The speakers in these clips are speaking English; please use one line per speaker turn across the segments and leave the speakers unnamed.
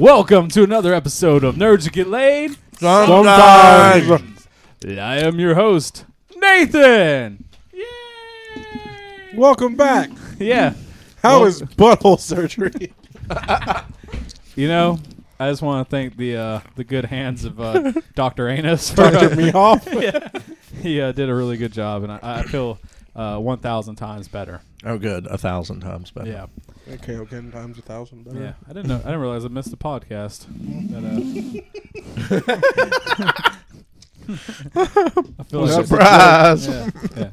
Welcome to another episode of Nerds Get Laid.
Sometimes.
I am your host, Nathan. Yay!
Welcome back.
Yeah,
How
Well-
is butthole surgery?
you know, I just want to thank the uh, the good hands of uh, Doctor Anus. For, uh,
Turning me off.
he uh, did a really good job, and I, I feel uh, one thousand times better.
Oh, good. A thousand times better.
Yeah,
Okay, okay, times a thousand. Better.
yeah. I didn't know. I didn't realize I missed the podcast. But, uh, uh, I feel like
Surprise.
yeah, yeah.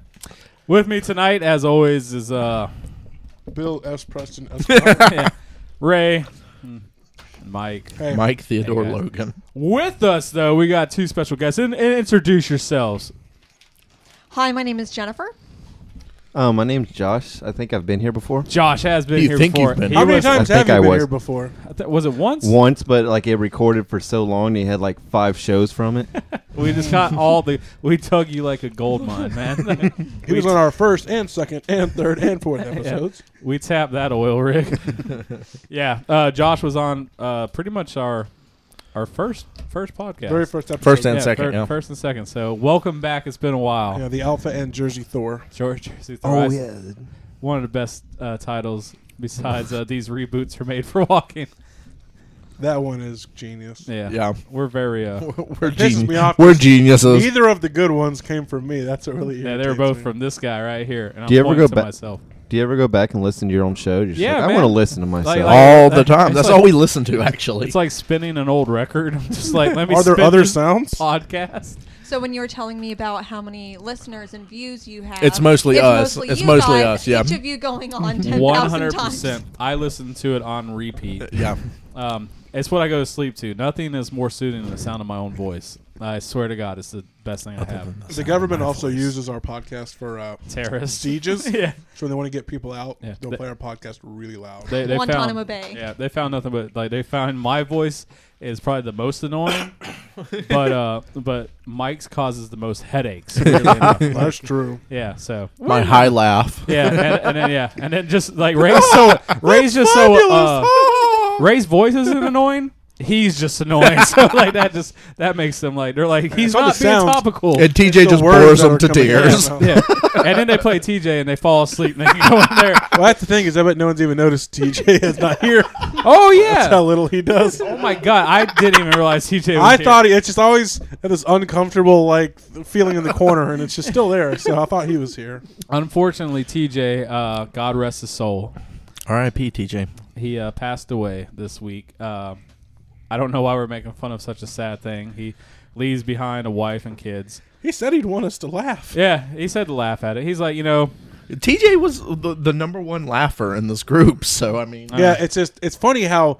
With me tonight, as always, is uh,
Bill S. Preston S. Carter.
yeah, Ray, and Mike.
hey,
Mike Theodore
Hey, guys.
Logan.
With us, though, we got two special guests. And, and introduce yourselves.
Hi, my name is Jennifer.
Uh, my name's Josh. I think I've been here before
Josh has been
You
here
think
before.
you've been
He
How many
was-
times
I
have
think
you
I
been
was-
here before?
I thi- was it once?
once, but like it recorded for so long, they had like five shows from it.
We just got all the. We dug you like a gold mine, man.
He
we,
was on our first and second and third and fourth episodes.
we tapped that oil rig. yeah, uh, Josh was on uh, pretty much our our first first podcast.
Very first episode.
First and
Yeah,
second.
fir-
yeah.
First and second. So welcome back. It's been a while.
Yeah, the Alpha and Jersey Thor.
George Jersey
Oh,
Oh,
Thrice. One of the best uh, titles besides uh, these reboots are made for walking.
That one is genius.
Yeah.
Yeah.
We're very uh
We're,
pisses
geni-
me off
we're
'cause
geniuses.
Neither of the good ones came from me. That's what really.
yeah, they were
irritates
both
me.
from this guy right here. And I'm
Do you ever
pointing
go
to
back-
myself.
Do you ever go back and listen to your own show? You're just
Yeah,
like, I
man.
want to listen to myself.
like-
All
Like,
the time.
it's
That's
like-
all we listen to, actually.
It's like spinning an old record. I'm just like let me
Are there
spin
other
this
sounds?
podcast.
So when you were telling me about how many listeners and views you have,
It's mostly us. It's
you
mostly
guys,
us, yeah.
each of you going on ten
One
thousand
hundred
times.
percent. I listen to it on repeat.
Uh, yeah.
Um it's what I go to sleep to. Nothing is more soothing than the sound of my own voice. I swear to God, it's the best thing I have.
The government also uses our podcast for uh,
Terrorists.
sieges.
yeah.
So when they want to get people out,
Yeah.
they'll
They-
play our podcast really loud.
They, they
Guantanamo
found,
Bay.
Yeah, they found nothing but like they found my voice is probably the most annoying, but uh, but Mike's causes the most headaches. weirdly enough.
That's true.
yeah, so
My high laugh.
yeah, and, and then yeah, and then just like Ray's so Ray's just so uh, Ray's voice isn't annoying. He's just annoying. So like that just that makes them like they're like he's
It's all
not
the
being
sounds.
topical.
And TJ
The
just
words
bores
that
them
are
to
coming out of
tears.
my mouth.
yeah, and then they play TJ and they fall asleep and they can go in there.
Well, that's the thing is, I bet no one's even noticed TJ is not here.
Oh yeah.
That's how little he does.
Oh my god! I didn't even realize TJ. Was
I
here.
thought he, it's just always had this uncomfortable like feeling in the corner, and it's just still there. So I thought he was here.
Unfortunately, TJ, uh, God rest his soul,
R.I.P. TJ.
he uh, passed away this week. Um I don't know why we're making fun of such a sad thing. He leaves behind a wife and kids.
He said he'd want us to laugh.
Yeah, he said to laugh at it. He's like, you know,
TJ was the, the number one laugher in this group, so I mean,
Yeah, it's just it's funny how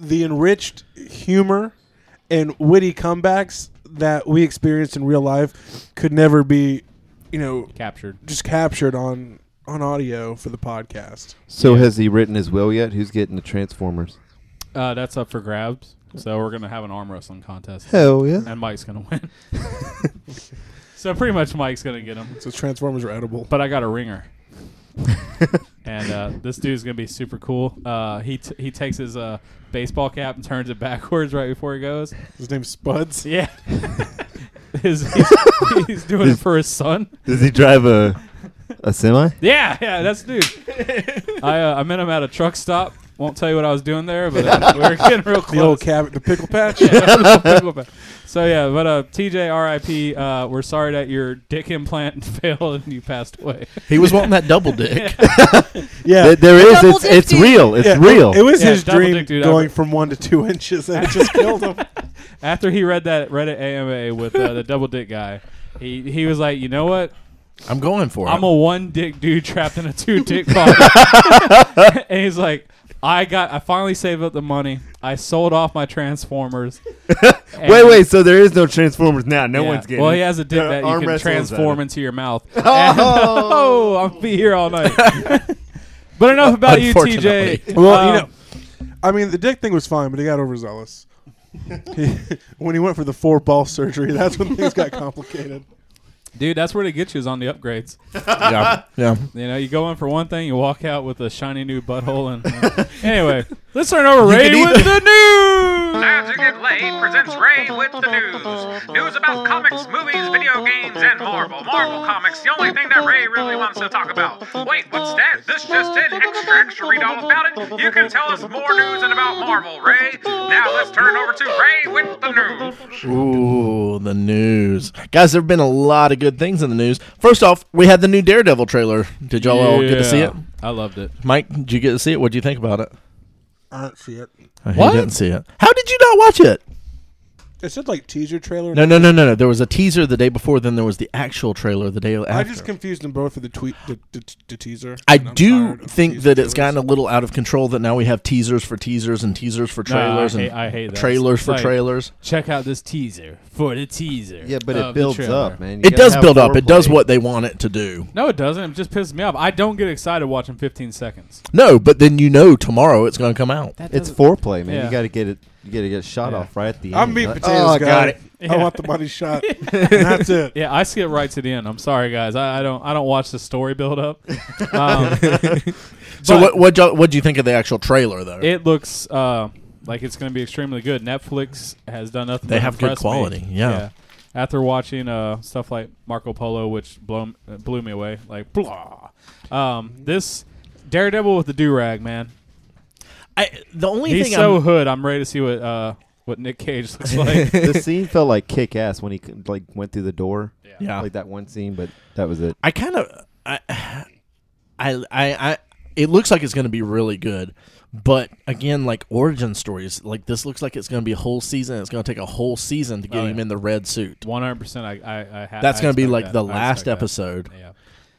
the enriched humor and witty comebacks that we experienced in real life could never be, you know,
captured.
just captured on on audio for the podcast.
So has he written his will yet? Who's getting the Transformers?
Uh, that's up for grabs. So we're gonna have an arm wrestling contest,
Hell yeah!
and Mike's gonna win. so pretty much, Mike's gonna get him.
So Transformers are edible.
But I got a ringer. and uh, this dude's gonna be super cool. Uh, he t- he takes his uh, baseball cap and turns it backwards right before he goes.
His name's Spuds.
Yeah, his, he's, he's doing it for his son.
Does he drive a a semi?
Yeah, yeah, that's the dude. I uh, I met him at a truck stop. Won't tell you what I was doing there, but uh, we were getting real
The old
close.
cab, the pickle patch.
so yeah, but uh, TJ, RIP. Uh, we're sorry that your dick implant failed and you passed away.
he was wanting that double dick.
Yeah,
There- there is.
Double
It's,
dick
it's
dude.
real. It's
Yeah,
real.
It, it was
Yeah,
his
double
dream
dick, dude,
going
I-
from one to two inches, and it just killed him.
After he read that Reddit AMA with uh, the double dick guy, he he was like, you know what?
I'm going for
I'm
it.
a one dick dude trapped in a two dick body. and he's like, I got, I finally saved up the money. I sold off my Transformers.
wait, wait. So there is no Transformers now. No
Yeah.
one's getting.
Well, he
it.
has a dick
Uh,
that you
arm
can
wrestling's
transform
at it.
into your mouth. And- oh, I'll be here all night. but enough about you, TJ.
Unfortunately.
Well,
Um,
you know, I mean, the dick thing was fine, but he got overzealous. He- when he went for the four ball surgery, that's when things got complicated.
dude, that's where they get you is on the upgrades.
yeah. yeah.
You know, you go in for one thing, you walk out with a shiny new butthole. And uh, anyway, Let's turn over
You
Ray
can
with the
either-
news.
Magic and Lane presents Ray with the news. News about comics, movies, video games, and Marvel. Marvel Comics, the only thing that Ray really wants to talk about. Wait, what's that? This just in. Extra, extra. Read all about it. You can tell us more news and about Marvel, Ray. Now let's turn it over to Ray with the news.
Ooh, the news. Guys, there have been a lot of good things in the news. First off, we had the new Daredevil trailer. Did y'all all get to see it?
I loved it.
Mike, did you get to see it? What would you think about it?
I don't see it.
I
What?
Uh, didn't see it. How did you not watch it?
It's just like teaser trailer.
No, no, no, no, no. There was a teaser the day before, then there was the actual trailer the day after.
I just confused them both for the tweet, the, the, the teaser.
I
And I'm
do
tired of
think
teaser
that it's
trailers.
gotten a little out of control that now we have teasers for teasers and teasers for
Nah, I
trailers
hate-
and
I hate that.
trailers for
Like-
trailers.
Check out this teaser for the teaser.
Yeah, but
of
it
Uh, the
builds
trailer.
up, man. You
It
gotta
does
have
build up. It does
foreplay.
what they want it to do.
No, it doesn't. It just pisses me off. I don't get excited watching 15 seconds.
No, but then you know tomorrow it's going to come out.
That
It's
doesn't-
foreplay, man.
Yeah.
You got to get it. You got to get shot
Yeah.
off right at the end.
I'm meat
Like,
and
oh,
potatoes,
I
guy.
got it.
I want the money shot. And that's it.
Yeah, I skip right to the end. I'm sorry, guys. I, I don't. I don't watch the story build up. Um,
So
but-
what what y'all- what do you think of the actual trailer though?
It looks uh, like it's going to be extremely good. Netflix has done nothing.
They
but
have good
impress me.
quality, yeah.
After watching uh, stuff like Marco Polo, which blow, uh, blew me away, like blah. Um, this Daredevil with the do rag, man.
I, the only
He's
thing
so
I'm,
hood. I'm ready to see what uh, what Nick Cage looks like.
the scene felt like kick ass when he c- like went through the door.
Yeah.
like that one scene, but that was it.
I kind of I, I I I it looks like it's going to be really good. But again, like origin stories, like this looks like it's going to be a whole season. It's going to take a whole season to get
Oh,
him
yeah.
in the red suit.
100. percent I, I, I ha-
That's
I
going to be
expect
like
that.
the
I
last
expect that.
episode.
Yeah.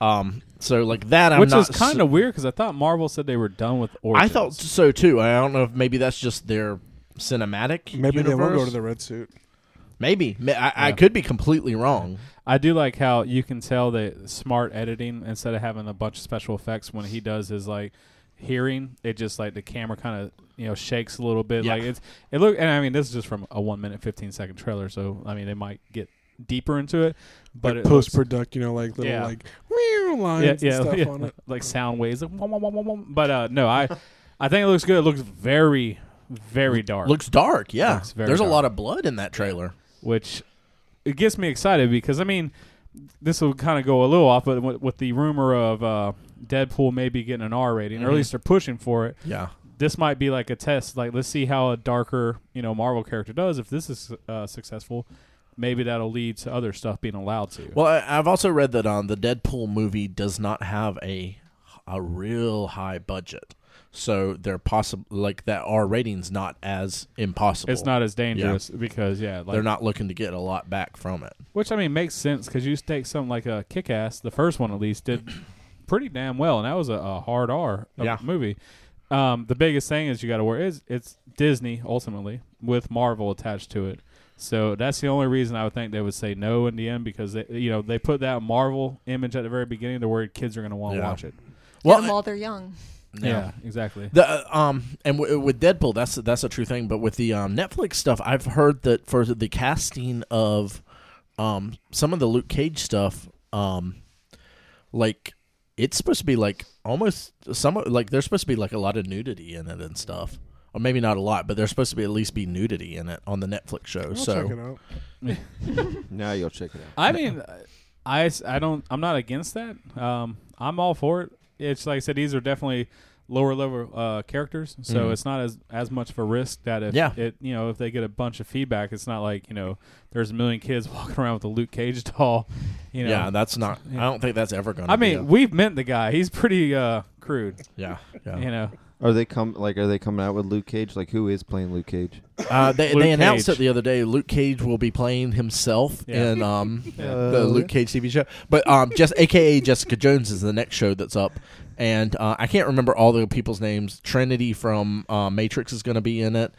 Um, so like that, I'm
Which
not
is kind
su-
of weird because I thought Marvel said they were done with origins.
I thought so too. I don't know if maybe that's just their cinematic.
Maybe they won't go to
universe.
the red suit.
Maybe Ma- I, I could be completely wrong.
I do like how you can tell that smart editing instead of having a bunch of special effects when he does his like hearing, it just like the camera kind of you know shakes a little bit.
Yeah.
Like it's it look and I mean this is just from a one minute fifteen second trailer, so I mean they might get deeper into it, but
like
it looks-
post product, you know, like little
Yeah.
like meow lines
yeah, yeah,
and stuff
yeah,
on it.
like sound waves, like, wom, wom, wom, wom, wom. but uh no, I I think it looks good. It looks very very dark.
Looks dark, yeah.
Looks very
There's a
dark.
lot of blood in that trailer.
which it gets me excited because I mean, this will kind of go a little off, but with, with the rumor of uh, Deadpool maybe getting an R rating, or
Mm-hmm.
at least they're pushing for it.
Yeah.
This might be like a test. Like, let's see how a darker, you know, Marvel character does. If this is uh, successful, maybe that'll lead to other stuff being allowed to.
Well, I, I've also read that on the Deadpool movie does not have a a real high budget, so they're possible like that R rating's not as impossible.
it's not as dangerous because yeah, like,
They're not looking to get a lot back from it.
Which I mean makes sense because you take something like a Kick Ass, the first one at least did pretty damn well, and that was a, a hard R of
Yeah.
movie. Um, the biggest thing is you got to worry is it's Disney ultimately with Marvel attached to it, so that's the only reason I would think they would say no in the end because they, you know they put that Marvel image at the very beginning to where kids are going to want to
Yeah.
watch it.
Well,
Well,
while they're young.
Yeah, exactly.
The uh, um and w- with Deadpool, that's that's a true thing. But with the um, Netflix stuff, I've heard that for the casting of um some of the Luke Cage stuff, um like it's supposed to be like almost some like there's supposed to be like a lot of nudity in it and stuff. Or maybe not a lot, but there's supposed to be at least be nudity in it on the Netflix show.
I'll check
so
it out.
Now you'll check it out.
I mean, I, s- I don't I'm not against that. Um, I'm all for it. It's like I said, these are definitely lower level uh, characters, so it's not as as much of a risk that if
Mm-hmm. Yeah.
it you know if they get a bunch of feedback, it's not like you know there's a million kids walking around with a Luke Cage doll. You know,
yeah, that's not. I don't think that's ever going. to
I mean, we've met the guy. He's pretty uh, crude.
yeah, yeah.
You know,
Are they come like are they coming out with Luke Cage? Like who is playing Luke Cage?
Uh, they,
Luke
they announced
Cage.
it the other day. Luke Cage will be playing himself
Yeah.
in um,
Yeah.
the Luke Cage TV show. But um, just AKA Jessica Jones is the next show that's up, and uh, I can't remember all the people's names. Trinity from uh, Matrix is going to be in it.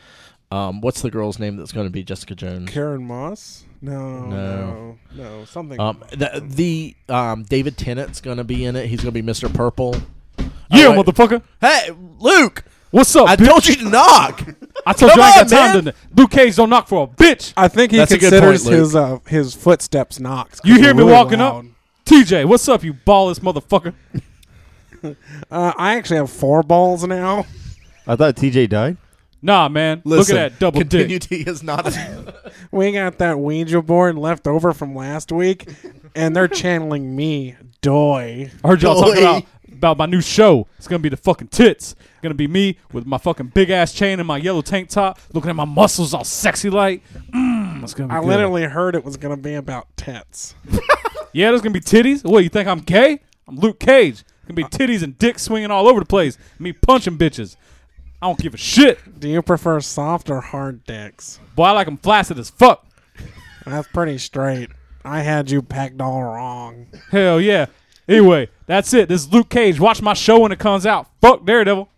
Um, what's the girl's name that's going to be Jessica Jones?
Karen Moss?
No.
No, no, no, something.
Um, the the um, David Tennant's going to be in it. He's going to be Mister Purple. Oh,
yeah,
wait.
motherfucker.
Hey, Luke!
What's up?
I
I,
told you to knock.
I told you
Come
I ain't got
on,
time to.
man.
Luke Cage don't knock for a bitch.
I think he
That's a good
considers
point, Luke.
his uh, his footsteps knocks. 'cause
You
they're
hear me
really
walking
loud.
up? TJ, what's up, you ballless motherfucker?
Uh, I actually have four balls now.
I thought TJ died.
Nah, man.
Listen,
look at that double
continue
dick.
T is not.
We got that Ouija board left over from last week, and they're channeling me, Doy.
I heard y'all talking
Boy.
about about my new show. It's gonna be the fucking tits. It's gonna be me with my fucking big ass chain and my yellow tank top, looking at my muscles all sexy like. Mmm, it's gonna be
I
good.
literally heard it was going to be about tits.
Yeah, there's gonna be titties. What you think I'm gay? I'm Luke Cage. It's gonna be titties and dick swinging all over the place. Me punching bitches. I don't give a shit.
Do you prefer soft or hard dicks?
Boy, I like 'em flaccid as fuck.
That's pretty straight. I had you pegged all wrong.
Hell yeah. Anyway, that's it. This is Luke Cage. Watch my show when it comes out. Fuck Daredevil.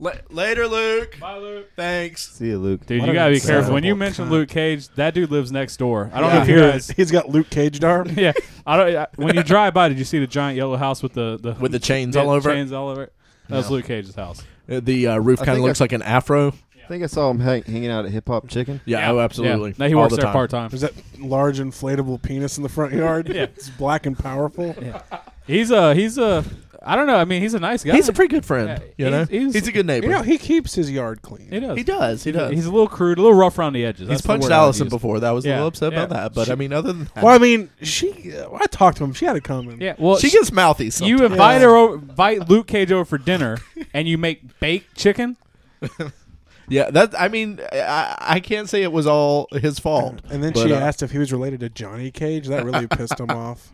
La- Later, Luke.
Bye, Luke.
Thanks.
See you, Luke.
Dude,
What
you
an
gotta be careful. When you
insufferable
mention
cunt.
Luke Cage, that dude lives next door. I don't know
Yeah.
if you guys.
He's got Luke Cage darm.
yeah, I don't. I, when you drive by, did you see the giant yellow house with the, the
With the chains
yeah,
all over. it?
chains all over? it? That's Luke Cage's house.
Uh, The uh, roof
I
kind of
think
looks like an afro.
I think I saw him hang, hanging out at Hip Hop Chicken.
Yeah, oh, absolutely.
Yeah. No, he
All
works
the
there
time.
part time.
There's that large inflatable penis in the front yard.
Yeah.
It's black and powerful.
He's a he's a. I don't know. I mean, he's a nice guy.
He's a pretty good friend.
Yeah,
you know,
he's- he's-
he's, a good neighbor.
You know, he keeps his yard clean.
he does.
he does. He does.
He's a little crude, a little rough around the edges.
He's
That's the
punched
word I would
Allison
use.
before. That was a
Yeah.
little upset about
Yeah.
that. But I mean, other than that,
Well, I mean, she. Uh, I talked to him. She had it coming.
Yeah. Well,
she gets mouthy. Sometimes.
you invite
Yeah.
her over, invite Luke Cage over for dinner, and you make baked chicken.
yeah, that. I mean, I, I can't say it was all his fault.
And then
But,
she
uh,
asked if he was related to Johnny Cage. That really pissed him off.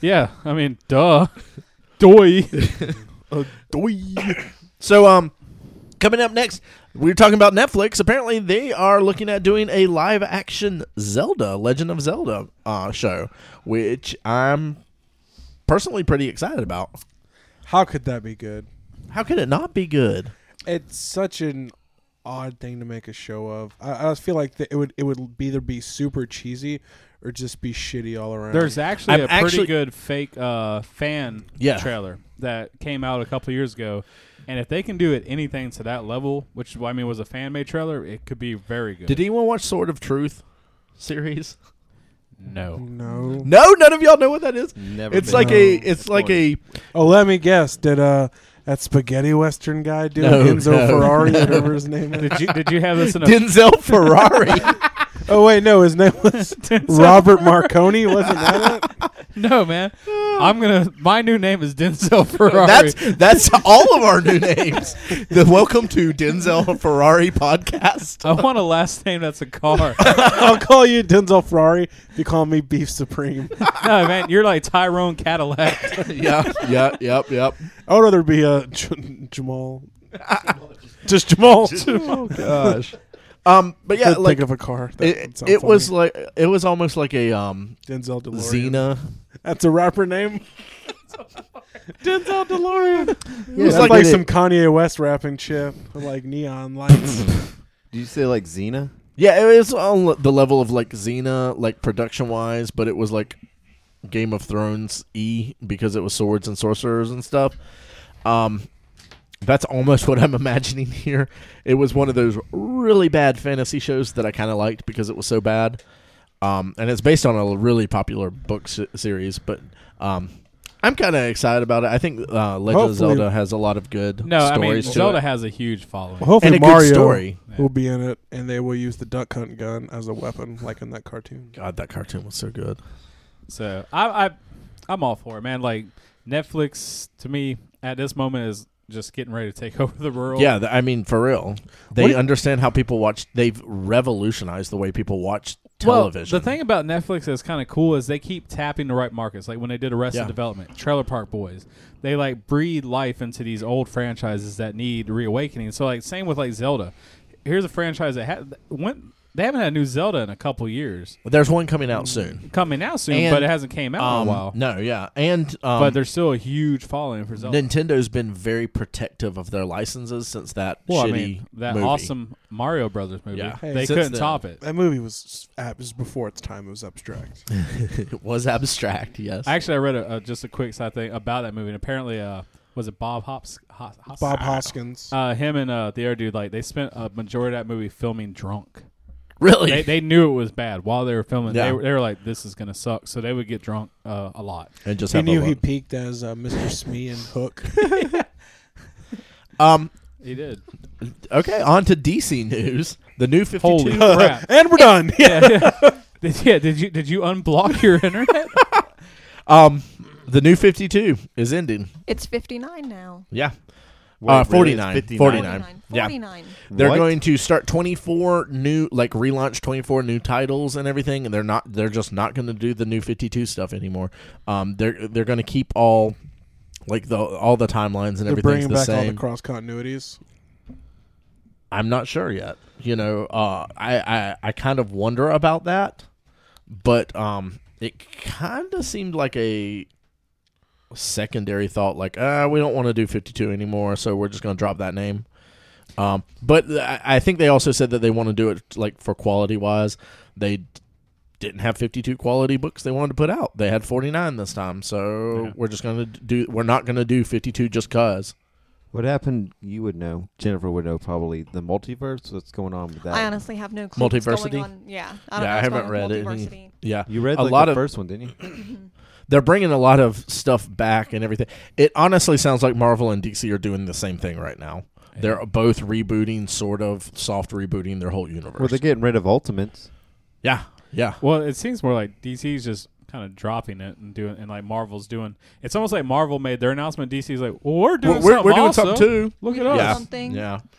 Yeah, I mean, duh, doy.
So, um, coming up next, we are talking about Netflix. Apparently, they are looking at doing a live action Zelda, Legend of Zelda uh, show, which I'm personally pretty excited about.
How could that be good?
How could it not be good?
It's such an odd thing to make a show of. I, I just feel like that it would it would either be super cheesy or just be shitty all around.
There's actually
I'm
a pretty
actually-
good fake uh, fan
Yeah.
trailer that came out a couple years ago, and if they can do it anything to that level, which I mean was a fan made trailer, it could be very good.
Did anyone watch Sword of Truth series?
no,
no.
No, none of y'all know what that is.
Never.
It's
been.
like a, it's
That's
like a,
Oh, let me guess. Did uh that spaghetti western guy do it?
No,
Enzo
no,
Ferrari, whatever his name is?
did you did you have this in a
Denzel Ferrari.
Oh wait, no, his name was Robert Marconi. Wasn't that it?
No, man. I'm gonna. My new name is Denzel Ferrari.
that's that's all of our new names. The Welcome to Denzel Ferrari podcast.
I want a last name that's a car.
I'll call you Denzel Ferrari if you call me Beef Supreme.
no, man, you're like Tyrone Cadillac.
yeah, yeah, yep, yep.
I would rather be a J- Jamal. Just Jamal. Jamal.
Gosh. Um, but yeah,
Couldn't
like
think of a car. That would
it,
sound
it was
funny.
like it was almost like a um
Denzel DeLorean.
Xena.
That's a rapper name. Denzel DeLorean.
Yeah,
it's
that's
like, like
it.
some Kanye West rapping shit with like neon lights.
Did you say like Xena?
Yeah, it was on the level of like Xena, like production wise, but it was like Game of Thrones e because it was swords and sorcerers and stuff. Um, that's almost what I'm imagining here. It was one of those really bad fantasy shows that I kind of liked because it was so bad. Um, and it's based on a really popular book s- series, but um, I'm kind of excited about it. I think uh, Legend of
Hopefully-
Zelda has a lot of good
No, I mean
stories to
Zelda
it.
has a huge following.
And
Hopefully
a good
Mario
story.
will be in it, and they will use the duck hunt gun as a weapon, like in that cartoon.
God, that cartoon was so good.
So I, I, I'm all for it, man. Like Netflix to me at this moment is just getting ready to take over the world.
Yeah, th- I mean, for real. They
What-
understand how people watch. They've revolutionized the way people watch television.
Well, the thing about Netflix that's kind of cool is they keep tapping the right markets. Like when they did Arrested
Yeah.
Development, Trailer Park Boys, they like breathe life into these old franchises that need reawakening. So like same with like Zelda. Here's a franchise that had went. They haven't had a new Zelda in a couple years.
There's one coming out soon.
Coming out soon,
And,
but it hasn't came out
Um,
in a while.
No, yeah, and um,
Oh, but there's still a huge following for Zelda.
Nintendo's been very protective of their licenses since that
well, I
shitty
mean that
movie.
awesome Mario Brothers movie.
Yeah.
Hey,
they
since
couldn't
then.
top it.
That movie was, uh, was before its time. It was abstract.
It was abstract. Yes,
Actually, I read a, a, just a quick side thing about that movie. And apparently, uh, was it Bob Hops? Hos, Hos-
Bob Hoskins.
Uh, him and uh, the other dude, like they spent a majority of that movie filming drunk.
really.
They, they knew it was bad while they were filming. They,
Yeah.
were, they were like, "This is gonna suck," so they would get drunk uh, a lot.
and just
he
have a
knew he
look.
peaked as uh, Mr. Smee and Hook.
Um,
He did.
okay, on to DC news. The new 52.
Holy crap!
and we're done. Yeah.
Yeah, yeah. Did, yeah, did you did you unblock your internet?
Um, the new 52 is ending.
It's 59 now.
Yeah.
Wait,
uh,
really? It's
49.
59.
49.
49.
Yeah. They're
What?
going to start 24 new, like relaunch 24 new titles and everything. And they're not, they're just not going to do the new 52 stuff anymore. Um, they're, they're going to keep all, like the, all the timelines and
They're
everything's
bringing
the
back all
same.
the cross continuities.
I'm not sure yet. You know, uh, I, I I kind of wonder about that, but um, it kind of seemed like a secondary thought, like ah, we don't want to do 52 anymore, so we're just going to drop that name. Um, but I, I think they also said that they want to do it like for quality wise. They didn't have 52 quality books they wanted to put out. They had 49 this time, so
Yeah.
we're just going to do. We're not going to do 52 just cause.
What happened? You would know. Jennifer would know probably. The multiverse. What's going on with that?
I honestly have no clue. what's
Multiversity?
Going on. Yeah. I
yeah,
don't know
I
what's
haven't
going on
read
with
it.
multiversity.
Yeah,
you read
a
like,
lot
the
of
first one, didn't you?
they're bringing a lot of stuff back and everything. It honestly sounds like Marvel and DC are doing the same thing right now. They're both rebooting, sort of soft rebooting their whole universe.
Well, they're getting rid of Ultimates.
yeah, yeah,
Well, it seems more like DC's just kind of dropping it and doing, and like Marvel's doing. It's almost like Marvel made their announcement. DC's like, well, we're doing
Well, we're,
something.
we're doing
also.
something too.
Look at
Yeah.
us.
Yeah,
Something.
yeah.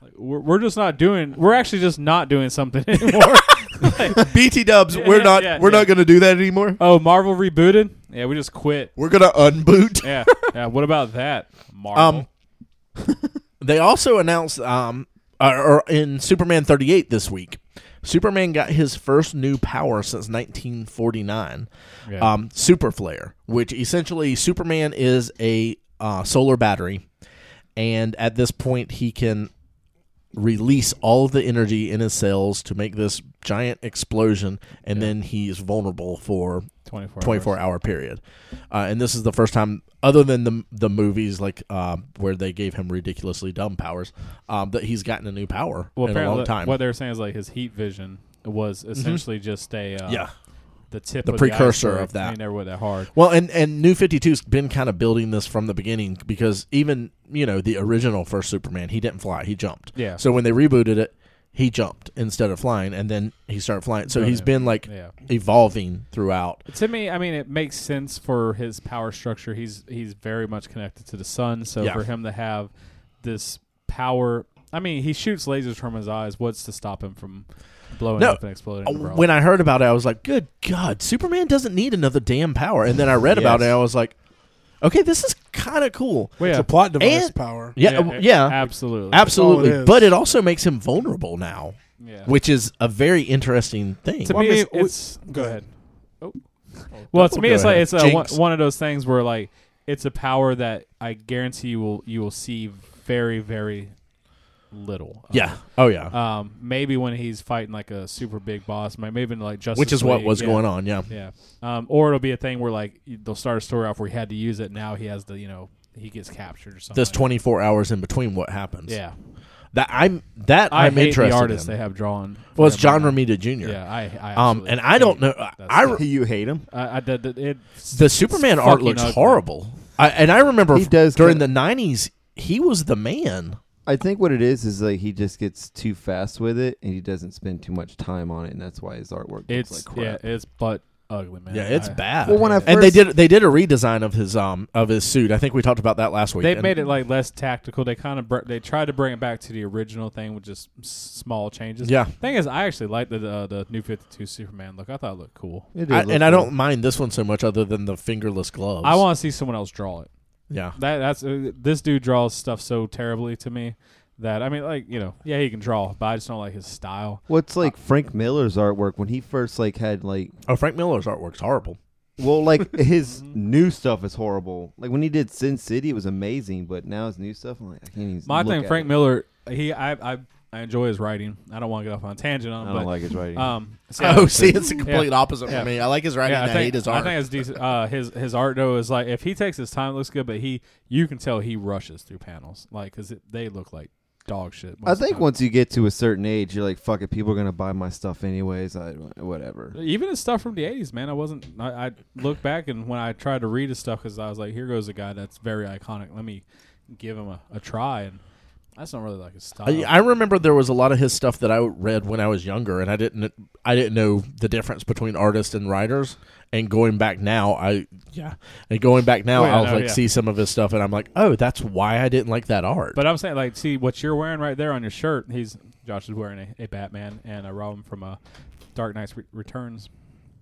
Like, we're, we're just not doing. We're actually just not doing something anymore. Like,
BT Dubs,
Yeah,
we're not
yeah,
we're
yeah.
not going to do that anymore.
oh, Marvel rebooted. Yeah, we just quit.
We're going to unboot.
Yeah, yeah. What about that, Marvel?
Um, they also announced um or, or in Superman 38 this week. Superman got his first new power since 1949.
Yeah.
um, super flare, which essentially Superman is a uh, solar battery, and at this point he can release all of the energy in his cells to make this giant explosion, and then he's vulnerable for
24. hours.
24 hour period. Uh, and this is the first time, other than the the movies like uh, where they gave him ridiculously dumb powers, um, that he's gotten a new power
Well,
in a
apparently,
long time. Mm-hmm.
what they're saying is like his heat vision was essentially just a uh,
yeah.
the tip
The
of
precursor
iceberg.
of that.
He never went that hard.
Well, and and New Fifty Two's been kind of building this from the beginning because even you know the original first Superman, he didn't fly, he jumped.
Yeah.
So when they rebooted it, he jumped instead of flying, and then he started flying. So he's
Brilliant.
been like
Oh, Yeah.
evolving throughout.
To me, I mean, it makes sense for his power structure. He's he's very much connected to the sun, so
Yeah.
for him to have this power, I mean, he shoots lasers from his eyes. What's to stop him from blowing
No.
up and exploding?
Uh,
overall?
When I heard about it, I was like, "Good God, Superman doesn't need another damn power." And then I read about it,
Yes.
I was like, "Okay, this is kind of cool."
Well,
It's
yeah.
a plot device
And-
power.
Yeah, um, yeah,
uh, absolutely,
absolutely.
That's all it is.
but it also makes him vulnerable now,
yeah.
which is a very interesting thing.
to
Well, I
me,
mean,
it's,
w-
it's-
go ahead.
Oh. Well, to me,
go
it's like
ahead.
it's a, one,
Jinx.
one of those things where like it's a power that I guarantee you will you will see very very little. of.
Yeah. Oh yeah.
Um, maybe when he's fighting like a super big boss, may- maybe in, like Justice,
which is what
League,
was
yeah.
going on. Yeah.
Yeah. Um, or it'll be a thing where like they'll start a story off where he had to use it. Now he has the you know he gets captured or something.
There's 24 hours in between what happens.
Yeah.
That I'm that
I
I'm
hate
interested
the artist
in.
they have drawn. for
well, it's
him
John
right now.
Romita Jr.
Yeah, I, I
um,
absolutely
and I don't
hate
know.
that
I
stuff.
re-
you hate him?
I, I did- did- it's-
the
it's
Superman art
fucking
looks
ugly.
horrible. I, and I remember
He does
during
kinda-
the 90s, he was the man.
I think what it is is like he just gets too fast with it, and he doesn't spend too much time on it, and that's why his artwork
It's
looks like
yeah,
crap.
it's butt ugly, man.
Yeah, it's
I-
bad.
Well, when I
and they
first-
did they did a redesign of his um of his suit. I think we talked about that last week.
They
And-
made it like less tactical. They kind of br- they tried to bring it back to the original thing with just s- small changes.
Yeah.
Thing is, I actually liked the uh, the new Fifty Two Superman look. I thought it looked cool.
It did
I,
look
and I
cool.
don't mind this one so much, other than the fingerless gloves.
I want to see someone else draw it.
yeah.
That that's uh, this dude draws stuff so terribly to me that I mean, like you know, yeah, he can draw, but I just don't like his style.
What's like Frank Miller's artwork when he first like had like
Oh, Frank Miller's artwork's horrible.
well like his
Mm-hmm.
new stuff is horrible. Like when he did Sin City, it was amazing, but now his new stuff, I'm like I can't even.
My
look
thing,
at
Frank
it.
Miller, he I I I enjoy his writing. I don't want to get off on a tangent on,
I
him,
don't
but
like his writing.
um,
oh, see, it's the complete
Yeah.
opposite
Yeah.
for me. I like his writing.
Yeah, I
I,
think,
hate his
I
art.
think it's decent. Uh, his his art though is like if he takes his time, it looks good. But he, you can tell he rushes through panels, like because they look like dog shit. most
I
of the
think
time.
once you get to a certain age, you're like, fuck it, people are gonna buy my stuff anyways. I whatever.
even his stuff from the '80s, man, I wasn't. I, I look back and when I tried to read his stuff, because I was like, here goes a guy that's very iconic. Let me give him a, a try, and that's not really like his style.
I, I remember there was a lot of his stuff that I read when I was younger, and I didn't I didn't know the difference between artists and writers. And going back now, I yeah, and going back now,
Oh, yeah,
I'll
no,
like
yeah.
see some of his stuff, and I'm like, oh, that's why I didn't like that art.
But I'm saying, like, see what you're wearing right there on your shirt. He's Josh is wearing a, a Batman and a Robin from uh, Dark Knight Re- Returns.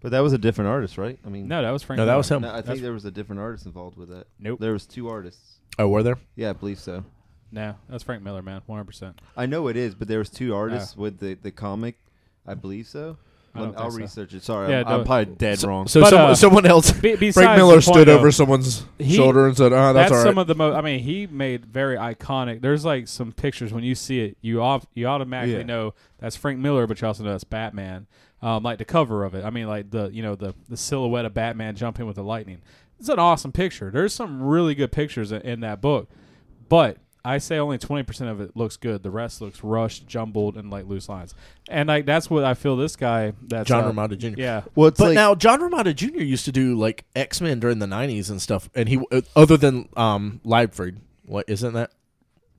But that was a different artist, right? I mean,
No, that was Frank.
no, that
Miller.
was him.
no, I
that's-
think there was a different artist involved with that.
Nope.
There was two artists.
oh, were there?
Yeah, I believe so.
No, that's Frank Miller, man, 100. percent
I know it is, but there was two artists with the, the comic. I believe so.
I
Let-
don't think
I'll
so.
research it. Sorry,
Yeah,
I'm,
do
I'm
it.
probably dead wrong.
So
But,
someone,
uh,
someone else,
be- besides
Frank Miller
the point,
stood
though,
over someone's
he-
shoulder and said, "Ah, that's,
That's
all right."
some of the most. I mean, he made very iconic. There's like some pictures when you see it, you off, you automatically
Yeah.
know that's Frank Miller, but you also know that's Batman. Um, like the cover of it. I mean, like the you know the the silhouette of Batman jumping with the lightning. It's an awesome picture. There's some really good pictures in, in that book, but I say only 20% of it looks good. The rest looks rushed, jumbled, and like loose lines. And like that's what I feel. This guy, that's
John
uh,
Romita Jr.
Yeah,
well, it's
But
like,
now John Romita Jr. used to do like X Men during the '90s and stuff, and he uh, other than um Liefeld, what isn't that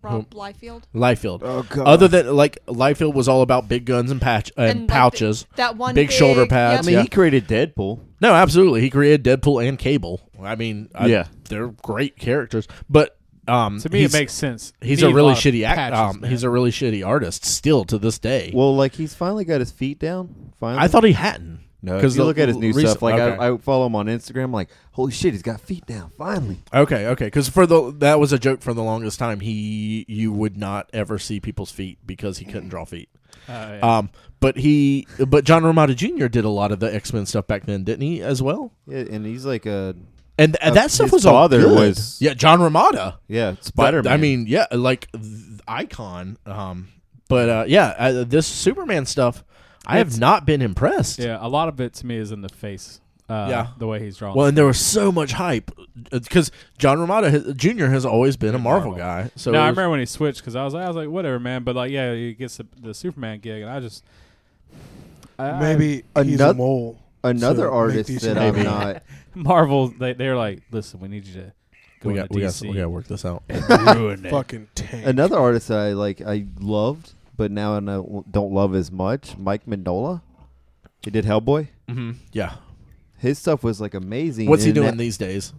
Hmm.
Rob Liefeld.
Liefeld?
Oh, God.
Other than like Liefeld was all about big guns and patch and,
like,
pouches.
th- that one
big shoulder
big-
pads,
I mean,
yeah.
he created Deadpool.
no, absolutely, he created Deadpool and Cable. I mean, I-
Yeah.
they're great characters, but um,
to me
he's-
it makes sense.
He's
Need
a really
lot of
shitty act.
patches,
Um,
man.
he's a really shitty artist still to this day.
Well, like he's finally got his feet down. Finally,
I thought he hadn't.
no. Because
the
you look at his new
recent-
stuff. Like
okay.
I, I follow him on Instagram. like, holy shit, he's got feet down. Finally.
Okay, okay, because for the that was a joke for the longest time. He you would not ever see people's feet because he couldn't draw feet.
Uh, yeah.
Um, but he, but John Romita Jr. did a lot of the X Men stuff back then, didn't he? As well,
Yeah, and he's like a
and th-
Uh,
that stuff
his
was all
father
good.
was-
yeah, John Romita,
yeah Spider Man.
I mean, yeah, like th- icon. Um, but uh, yeah, uh, this Superman stuff, I have not been impressed.
Yeah, a lot of it to me is in the face. Uh,
Yeah.
the way he's drawn.
Well, and there was so much hype because John Romita Jr. has always been a Marvel,
Marvel.
guy. So
no,
it
I
was-
remember when he switched because I was, I was like, whatever, man. But like, yeah, he gets the, the Superman gig, and I just I,
Maybe he's a
Anoth-
mole.
another
So, make
artist
these
that
maybe.
I'm not.
I- Marvel. They they're like, listen, we need you to go
we
into
got, we, got,
DC
we got to work this out.
and ruin it.
Fucking tank.
Another artist that I like, I loved, but now I no- don't love as much. Mike Mignola. He did Hellboy.
hmm Yeah.
His stuff was like amazing.
What's he
and
doing
that-
these days?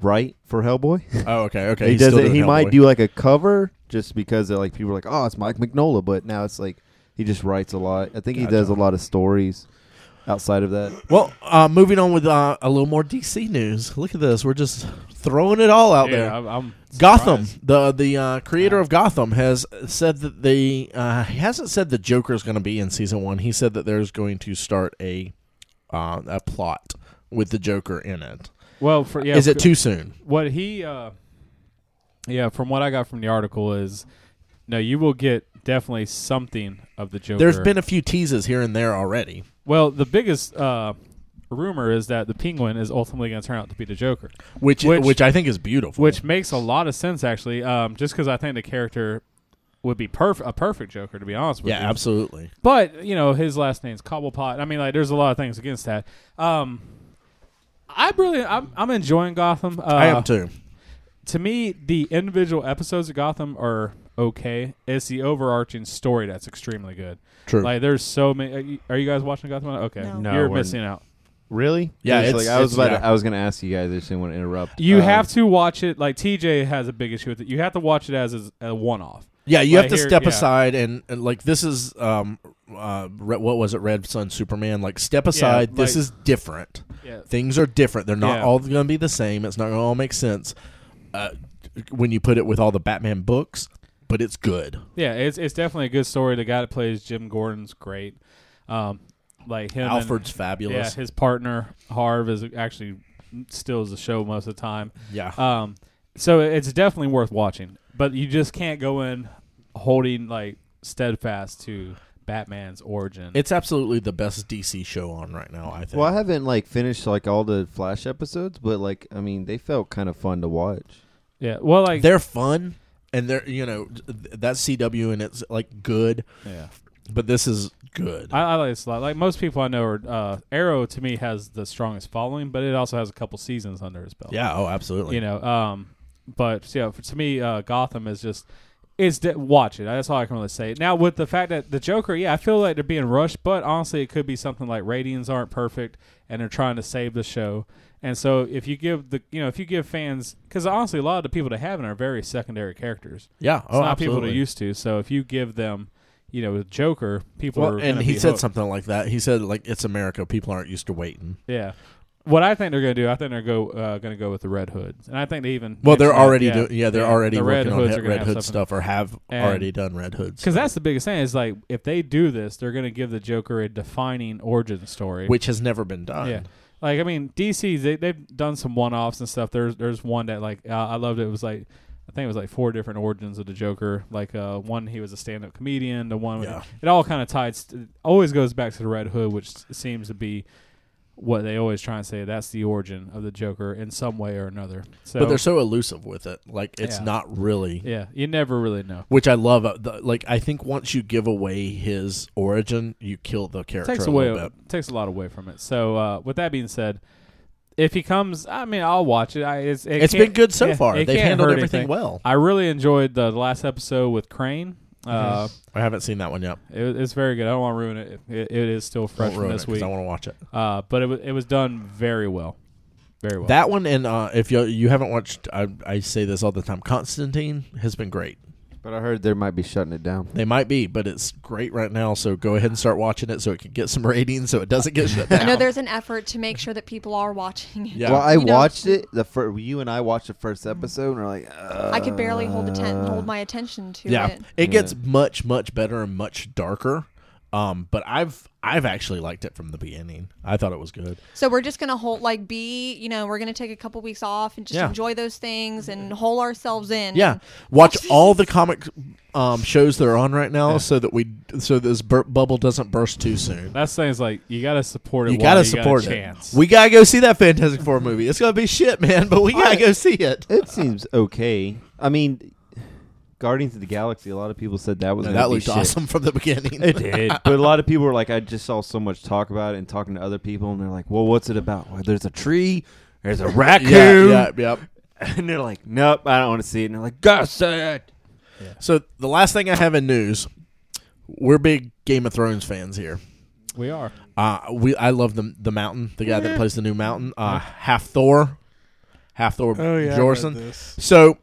right for Hellboy?
Oh, okay, okay.
he
he's
does
still
it.
doing
He might
Hellboy.
do like a cover just because they're like people are like, oh, it's Mike Mignola, but now it's like he just writes a lot. I think he does a lot of stories outside of that.
Well, uh, moving on with uh, a little more DC news. Look at this. We're just throwing it all out
Yeah,
there.
I'm, I'm
Gotham,
surprised.
the the uh, creator of Gotham, has said that they uh, he hasn't said the Joker is going to be in season one. He said that there's going to start a uh, a plot with the Joker in it.
Well, for, yeah,
is it
for-
too soon?
What he, uh, yeah, from what I got from the article is, no, you will get definitely something of the Joker.
There's been a few teases here and there already.
well, the biggest uh, rumor is that the Penguin is ultimately going to turn out to be the Joker.
which
Which-
which, I think is beautiful.
which makes a lot of sense actually. Um, just because I think the character would be perf- a perfect Joker, to be honest with
yeah,
you.
absolutely.
But you know, his last name's Cobblepot. I mean, like, there's a lot of things against that. Um, I really, I'm, I'm enjoying Gotham. Uh,
I am too.
To me, the individual episodes of Gotham are okay. It's the overarching story that's extremely good.
True.
Like, there's so many. Are you, are you guys watching Gotham? Okay,
No.
No,
you're
we're-
missing out.
Really?
Yeah,
It's
it's-
like I was
it's-
about. to-
yeah.
I was going to ask you guys. I just didn't want to interrupt.
You
Uh,
Um,
have to watch it. Like TJ has a big issue with it. You have to watch it as, as a one-off.
yeah, you
like
have to
here-
step
yeah.
aside and, and like this is um uh Re- what was it Red Sun Superman like step aside. this
like-
is different.
Yeah.
Things are different. They're not
Yeah.
all going to be the same. It's not going to all make sense uh, when you put it with all the Batman books, but it's good.
Yeah, it's it's definitely a good story. The guy that plays Jim Gordon's great. Um, like him, and-
Alfred's
yeah,
fabulous.
his partner Harv is actually steals the show most of the time.
Yeah.
Um, so it's definitely worth watching, but you just can't go in holding like steadfast to Batman's origin.
It's absolutely the best DC show on right now, I think.
Well, I haven't like finished like all the Flash episodes, but like I mean, they felt kind of fun to watch.
yeah, well, like
they're fun and they're, you know, th- that's CW and it's like good,
yeah.
but this is good.
I, I like this a lot. Like most people I know, are, uh, Arrow to me has the strongest following, but it also has a couple seasons under its belt.
Yeah. Oh, absolutely.
you know um but yeah, for, to me, uh, Gotham is just it's de- watch it. That's all I can really say. Now with the fact that the Joker, yeah, I feel like they're being rushed, but honestly, it could be something like ratings aren't perfect and they're trying to save the show. And so if you give the you know if you give fans because honestly, a lot of the people that have it are very secondary characters.
Yeah,
It's
oh,
not
absolutely.
people they're used to. So if you give them, you know, the Joker, people
Well,
are
and
gonna
he
be
said
hooked.
something like that. He said like it's America. People aren't used to waiting.
Yeah. What I think they're going to do, I think they're go uh, going to go with the Red Hoods, and I think they even
Well, they're
mentioned that,
already yeah, yeah they're already
the Red
working
Hoods
on
are
Red,
gonna have
Hood
something.
stuff or have
And-
already done Red Hoods
Because that's the biggest thing is like if they do this, they're going to give the Joker a defining origin story.
which has never been done.
yeah, like I mean, DC they they've done some one offs and stuff. There's there's one that like uh, I loved. It It was like I think it was like four different origins of the Joker. Like uh, one he was a stand up comedian. The one
Yeah.
it all kind of ties. It always goes back to the Red Hood, which s- seems to be what they always try and say. That's the origin of the Joker in some way or another. So
but they're so elusive with it. Like it's
Yeah.
not really.
yeah, you never really know.
Which I love. Uh, the- Like I think once you give away his origin, you kill the character
takes
a
away
little bit.
takes a lot away from it. So uh, with that being said, if he comes, I mean, I'll watch it. I, it's it
It's
can't-
been good so
yeah,
far.
it
They've
can't
handled
hurt
everything
anything.
well.
I really enjoyed the last episode with Crane. Uh,
I haven't seen that one yet.
it, it's very good. I don't want to ruin it. It, it is still fresh
Don't
from
ruin
this
it 'cause
week,
I want to watch it.
uh, but it was it was done very well, very well.
That one and uh, if you you haven't watched, I, I say this all the time. Constantine has been great.
But I heard they might be shutting it down.
They might be, but it's great right now. So go ahead and start watching it so it can get some ratings so it doesn't get shut down.
I know there's an effort to make sure that people are watching it.
Yeah.
Well, I
You know-
watched it. The fir- you and I watched the first episode, and we're like, uh,
I could barely hold atten- hold my attention to
Uh, yeah,
it.
it gets much much better and much darker. Um, but I've I've actually liked it from the beginning. I thought it was good.
So we're just gonna hold like be, you know, we're gonna take a couple weeks off and just
Yeah.
enjoy those things and hole ourselves in.
Yeah, watch all the comic um, shows that are on right now so that we so this bur- bubble doesn't burst too soon.
that's the thing is like you gotta support it.
You
while
gotta support
got a
it.
chance.
We gotta go see that Fantastic Four movie. It's gonna be shit, man. But we gotta go see it.
It seems okay. I mean, Guardians of the Galaxy. A lot of people said that was
No,
gonna
that
be
looked
shit.
awesome from the beginning.
It did, but a lot of people were like, I just saw so much talk about it and talking to other people, and they're like, Well, what's it about? Well, there's a tree, there's a raccoon,
yeah, yeah, yeah.
and they're like, Nope, I don't want to see it. And they're like, Gosh, it.
So the last thing I have in news, we're big Game of Thrones fans here.
we are.
Uh, we I love the the mountain, the guy that plays the new mountain, uh, half Thor, half Thor
Oh yeah, I read
Jorson.
this.
So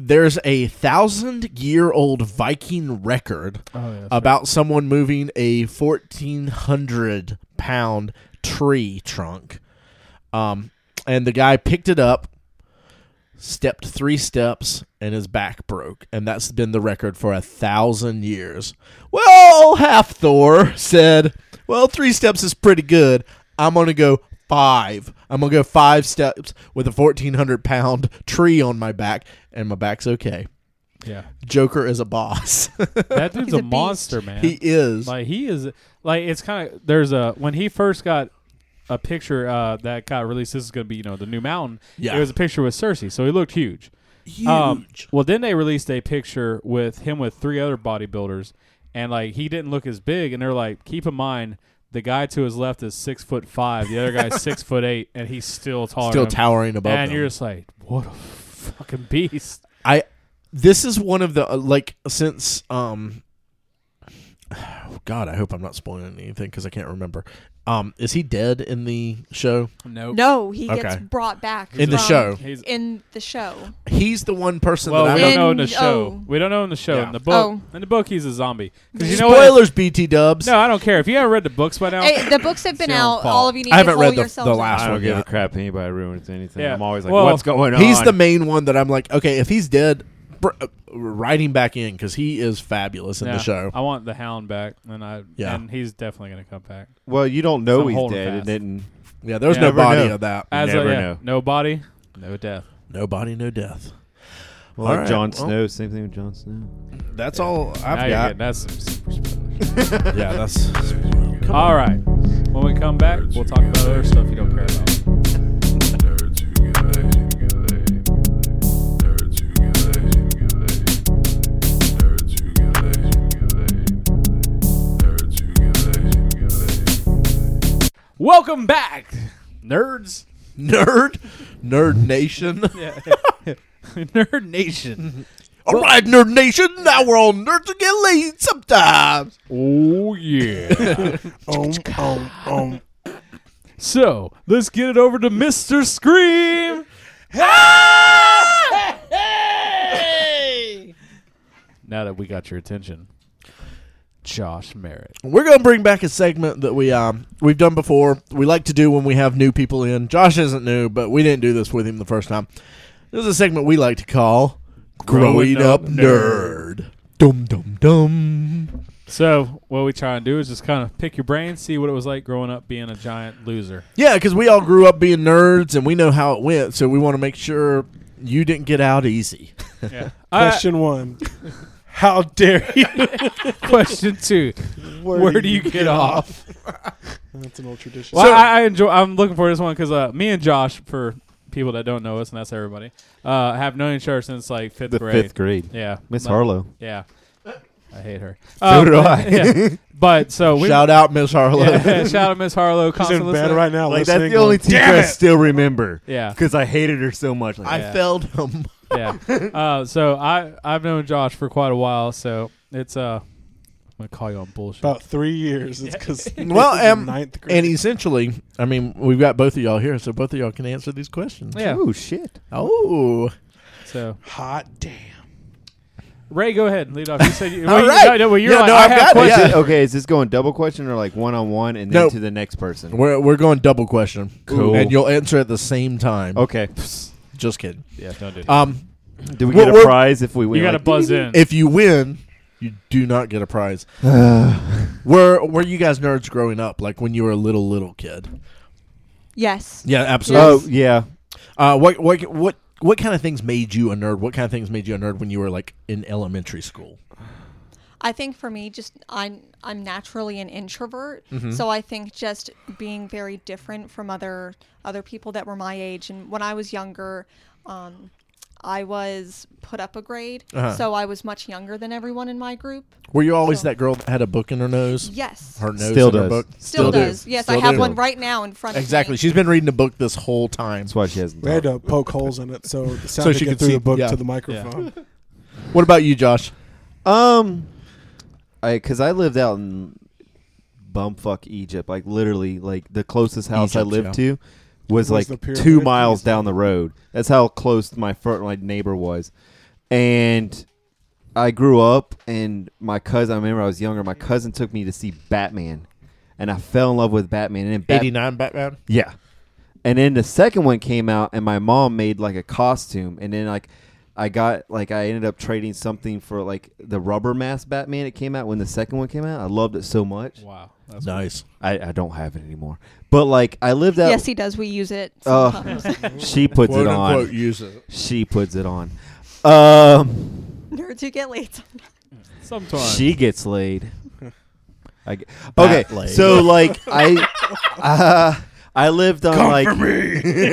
there's a thousand year old Viking record
Oh, yeah,
about someone moving a fourteen hundred pound tree trunk, um, and the guy picked it up, stepped three steps, and his back broke, and that's been the record for a thousand years. Well, half Thor said, "Well, three steps is pretty good. I'm gonna go." Five. I'm gonna go five steps with a 1,400 pound tree on my back, and my back's okay.
yeah.
Joker is a boss.
That dude's
He's a
a,
beast.
monster, man.
he is.
Like he is like it's kind of there's a when he first got a picture uh, that got released. This is going to be you know the new mountain.
Yeah.
it was a picture with Cersei, so he looked huge.
Huge.
Um, well, then they released a picture with him with three other bodybuilders, and like he didn't look as big. And they're like, keep in mind. The guy to his left is six foot five. The other guy's six foot eight, and he's still taller.
still
than him.
towering above
And
them.
you're just like, what a fucking beast!
I this is one of the uh, like since um oh god, I hope I'm not spoiling anything cuz I can't remember. Um is he dead in the show?
No,
No, he gets
Okay.
brought back
In the
from-
show.
He's,
In the show.
He's the one person
well,
that
we
I
don't
In-
know in the
oh.
show. We don't know in the show.
Yeah.
In the book,
Oh.
in the book, he's a zombie. 'Cause you know what?
Spoilers BT Dubs.
No, I don't care. If you haven't read the books by now,
Hey, the books have been
It's your
out.
fault.
All of you need
Oh. I
to
haven't
hold
read the,
yourselves
the
in.
last one. yet.
crap if anybody ruins anything.
Yeah. I'm always like, Well, "What's
going
He's the main one that I'm like, okay, if he's dead, br- uh, write him back in cuz he is fabulous in
yeah,
the show.
I want the Hound back, and I
Yeah.
and he's definitely going to come back.
Well, you don't know
So
he's
hold him
dead, and
fast.
then
Yeah, there's
Yeah.
no
Never
body
know.
of that.
As
Never
a, yeah,
know.
no body, no death.
No body, no death.
well,
All
like
right,
Jon
well,
Snow. Same thing with Jon Snow.
That's all
Now
I've
you're
got.
getting- that's some super spoilers.
Yeah, that's
All right. When we come back, we'll talk about other stuff you don't care about. Welcome back, nerds.
nerd, nerd nation.
Yeah. Nerd Nation.
All right, Nerd Nation. Now we're all nerds and get laid sometimes.
oh yeah.
Um, um, um.
so let's get it over to Mr. Scream. Now that we got your attention, Josh Merritt.
We're gonna bring back a segment that we um we've done before. We like to do when we have new people in. Josh isn't new, but we didn't do this with him the first time. This is a segment we like to call
Growing
"Growing,
Up
Up Nerd." Dum dum dum.
So what we try and do is just kind of pick your brain, see what it was like growing up being a giant loser.
Yeah, because we all grew up being nerds, and we know how it went. So we want to make sure you didn't get out easy.
Yeah.
Question one. How dare you?
question two. Where, do you, get off?
That's an old tradition.
Well, I, I enjoy. I'm looking for this one because uh, me and Josh, for people that don't know us, and that's everybody, uh, have known each other since like fifth
The
grade.
fifth grade.
Yeah,
Miss
Like,
Harlow.
Yeah, I hate her. Um,
So do I.
yeah. But so we
Shout out, Miss Harlow.
Yeah, shout out Miss Harlow.
She's in
Constant
bed
listener.
right now.
Like that's
listening,
the only
going,
teacher I still remember.
Yeah.
because I hated her so much. Like,
I
Yeah.
failed him.
yeah. Uh, so I I've known Josh for quite a while. So it's uh, I'm gonna call you on bullshit.
about three years. It's because
Well, um,
ninth grade.
And essentially, I mean, we've got both of y'all here, so both of y'all can answer these questions.
yeah.
oh shit.
Oh,
So
Hot damn.
Ray, go ahead and lead off. You said you,
All
well, you-
right.
no, no, well, you're
Yeah,
like,
no,
I
I've
have
got it,
questions.
Is
yeah.
it- okay, is this going double question or like one on one and then
No.
to the next person?
we're we're going double question.
Cool. Oh.
And you'll answer at the same time.
okay.
Just kidding.
Yeah, don't do
Um,
Do we
We're-
get a
we're-
prize if we win?
You got to
Like,
buzz in.
if you win, you do not get a prize. were Were you guys nerds growing up? Like when you were a little little kid?
Yes.
Yeah, absolutely.
Oh yeah.
Uh, what what what what kind of things made you a nerd? What kind of things made you a nerd when you were like in elementary school?
I think for me, just I'm I'm naturally an introvert,
Mm-hmm.
so I think just being very different from other other people that were my age, and when I was younger, um, I was put up a grade,
Uh-huh.
so I was much younger than everyone in my group.
Were you always
So-
that girl that had a book in her nose?
Yes,
Her nose
Still
in her
does.
book.
still,
Still do.
does. Yes,
Still
I have
do.
one right now in front
Exactly.
of me.
She's been reading the book this whole time.
That's why she hasn't.
We had
talked.
to poke holes in it so the sound
So
could
she
get
could
through
see-
the book
yeah.
to the microphone.
What about you, Josh?
Um, I because I lived out in bumfuck Egypt, like literally, like the closest house I
Egypt,
lived
yeah.
to was,
Was the
like
pyramid
two
of
miles
Giza.
down the road. That's how close my front like neighbor was, and I grew up and my cousin. I remember I was younger. My cousin took me to see Batman, and I fell in love with Batman. And then Bat-
Eighty nine Batman.
yeah. And then the second one came out, and my mom made like a costume, and then like I got like I ended up trading something for like the rubber mask Batman. It came out when the second one came out. I loved it so much.
wow. That's
Nice.
I, I don't have it anymore, but like I lived out.
yes, he does. We use it.
Oh.
Sometimes.
she puts it on.
use it.
She puts it on. Um,
Nerds who get late. sometimes.
Sometimes.
she gets laid. I g okay,
Bat laid.
so like I, uh, I lived on like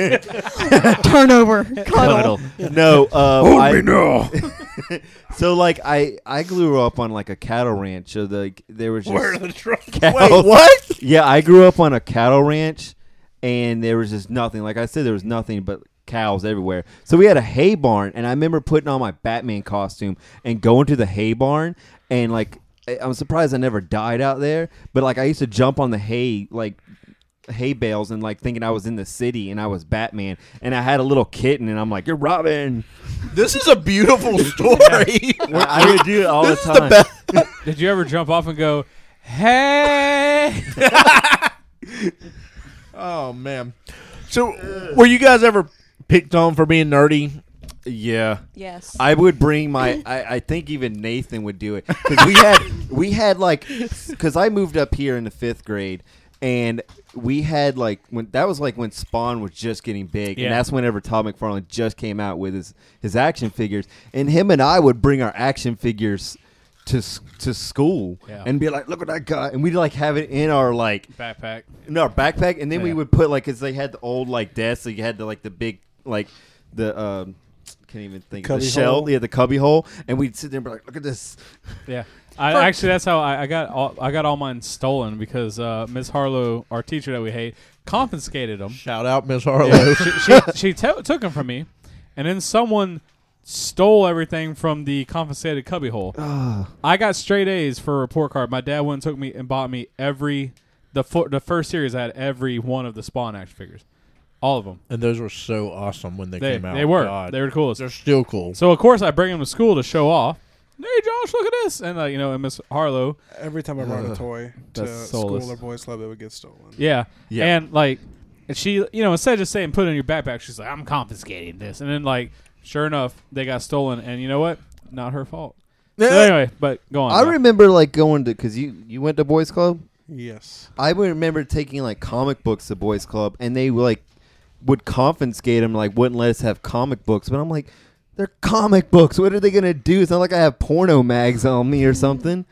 Turnover. Cuddle.
cuddle. No, uh, I, so like I I grew up on like a cattle ranch. So like there was just
Wait,
cattle.
what?
Yeah, I grew up on a cattle ranch, and there was just nothing. Like I said, there was nothing but cows everywhere. So we had a hay barn, and I remember putting on my Batman costume and going to the hay barn, and like I- I'm surprised I never died out there. But like I used to jump on the hay like hay bales and like thinking I was in the city and I was Batman and I had a little kitten and I'm like you're Robin.
This is a beautiful story.
I I would do it all
this
the
is the
time.
best.
Did you ever jump off and go, hey?
Oh man. So, were you guys ever picked on for being nerdy?
Yeah.
Yes.
I would bring my. I, I think even Nathan would do it because we had we had like because I moved up here in the fifth grade and we had like when that was like when Spawn was just getting big
Yeah.
and that's whenever Todd McFarlane just came out with his his action figures and him and I would bring our action figures. To, s- to school
Yeah.
and be like, look at that guy, and we'd like have it in our like
Backpack.
in our backpack, and then we
Yeah.
would put like because they had the old like desk, so you had the like the big like the um can't even think of
Cubby
the shell,
hole.
yeah, the cubby hole, and we'd sit there and be like, look at this.
Yeah. I, actually, that's how I, I got all, I got all mine stolen because uh, Miss Harlow, our teacher that we hate, confiscated them.
Shout out, Miss Harlow.
she she, she to took them from me, and then someone stole everything from the confiscated cubbyhole. I got straight A's for a report card. My dad went and took me and bought me every the fo- the first series. I had every one of the Spawn action figures, all of them.
and those were so awesome when they,
They
came out.
they were
God.
they were the coolest.
They're still cool.
So of course I bring him to school to show off. Hey Josh, look at this, and uh, you know, and Miss Harlow,
Every time I brought a toy to
that's soulless.
school or boys club, it would get stolen.
yeah,
Yeah.
and like, and she, you know, instead of just saying put it in your backpack, she's like, I'm confiscating this, and then like, sure enough, they got stolen, and you know what? Not her fault. So anyway, but go on.
I
Matt.
remember like going to because you you went to boys club.
Yes.
I remember taking like comic books to boys club, and they like would confiscate them, like wouldn't let us have comic books. But I'm like, they're comic books. What are they gonna do? It's not like I have porno mags on me or something.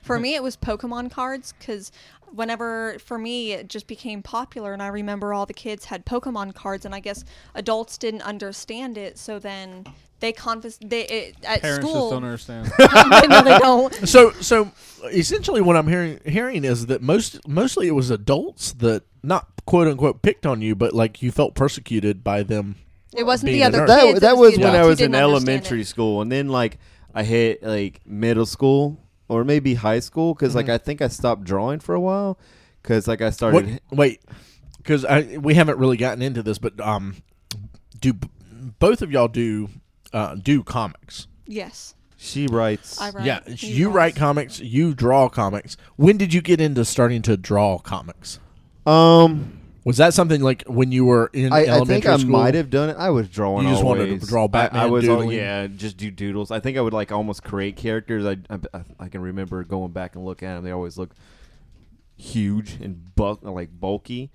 For me, it was Pokemon cards because whenever, for me, it just became popular, and I remember all the kids had Pokemon cards, and I guess adults didn't understand it, so then they confis they it, at
parents
school.
just don't understand.
no, they don't.
So so essentially what I'm hearing hearing is that most mostly it was adults that not quote unquote picked on you, but like you felt persecuted by them.
It wasn't
Being
the
a
other
nerd.
that,
kids. it
that
was
was
the
when I
adults who
was in
didn't understand
elementary
it.
school, and then like I hit like middle school or maybe high school because
Mm-hmm.
like I think I stopped drawing for a while because like I
What,
started.
wait, because I we haven't really gotten into this, but um, do b- both of y'all do uh, do comics?
Yes,
She writes.
I write.
Yeah,
He
you
writes.
write comics, you draw comics. When did you get into starting to draw comics?
um,
Was that something like when you were in
I, I
elementary
think I
school?
might have done it. I was drawing.
You just wanted to
always.
draw
I-
Batman
I, was al-
doodling?
yeah, just do doodles. I think I would like almost create characters. I I, I can remember going back and look at them. They always look huge and bu- like bulky.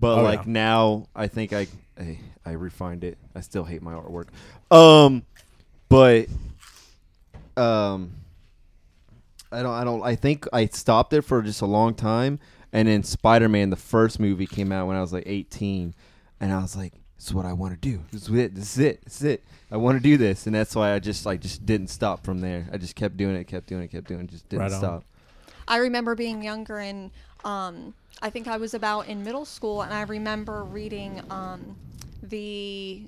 But
Oh,
like
yeah.
now, I think I, I I refined it. I still hate my artwork. Um, but um, I don't I don't I think I stopped it for just a long time, and then Spider Man the first movie came out when I was like 18, and I was like, this is what I want to do. This is it. This is it. This is it. I want to do this, and that's why I just like just didn't stop from there. I just kept doing it, kept doing it, kept doing it, just didn't
Right on.
stop.
I remember being younger and um, I think I was about in middle school and I remember reading um, the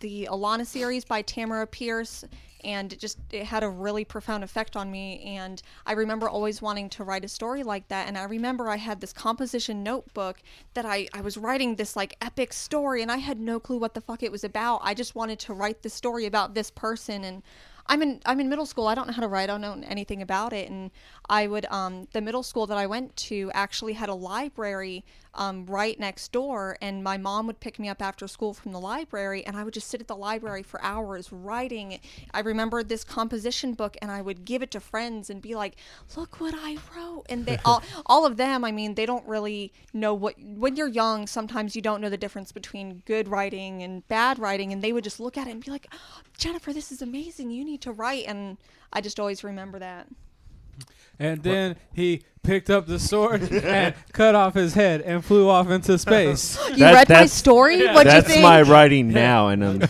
the Alana series by Tamara Pierce and it just it had a really profound effect on me and I remember always wanting to write a story like that and I remember I had this composition notebook that I, I was writing this like epic story and I had no clue what the fuck it was about. I just wanted to write the story about this person and I'm in I'm in middle school. I don't know how to write. I don't know anything about it. And I would um, the middle school that I went to actually had a library um, right next door, and my mom would pick me up after school from the library, and I would just sit at the library for hours writing. I remember this composition book, and I would give it to friends and be like, "Look what I wrote!" And they all all of them. I mean, they don't really know what when you're young. Sometimes you don't know the difference between good writing and bad writing, and they would just look at it and be like, "Oh, "Jennifer, this is amazing. You need to write." And I just always remember that.
And then he picked up the sword and cut off his head and flew off into space.
You
That-
read my
that's-
story. What'd you
That's
think?
my writing now, and I'm 30.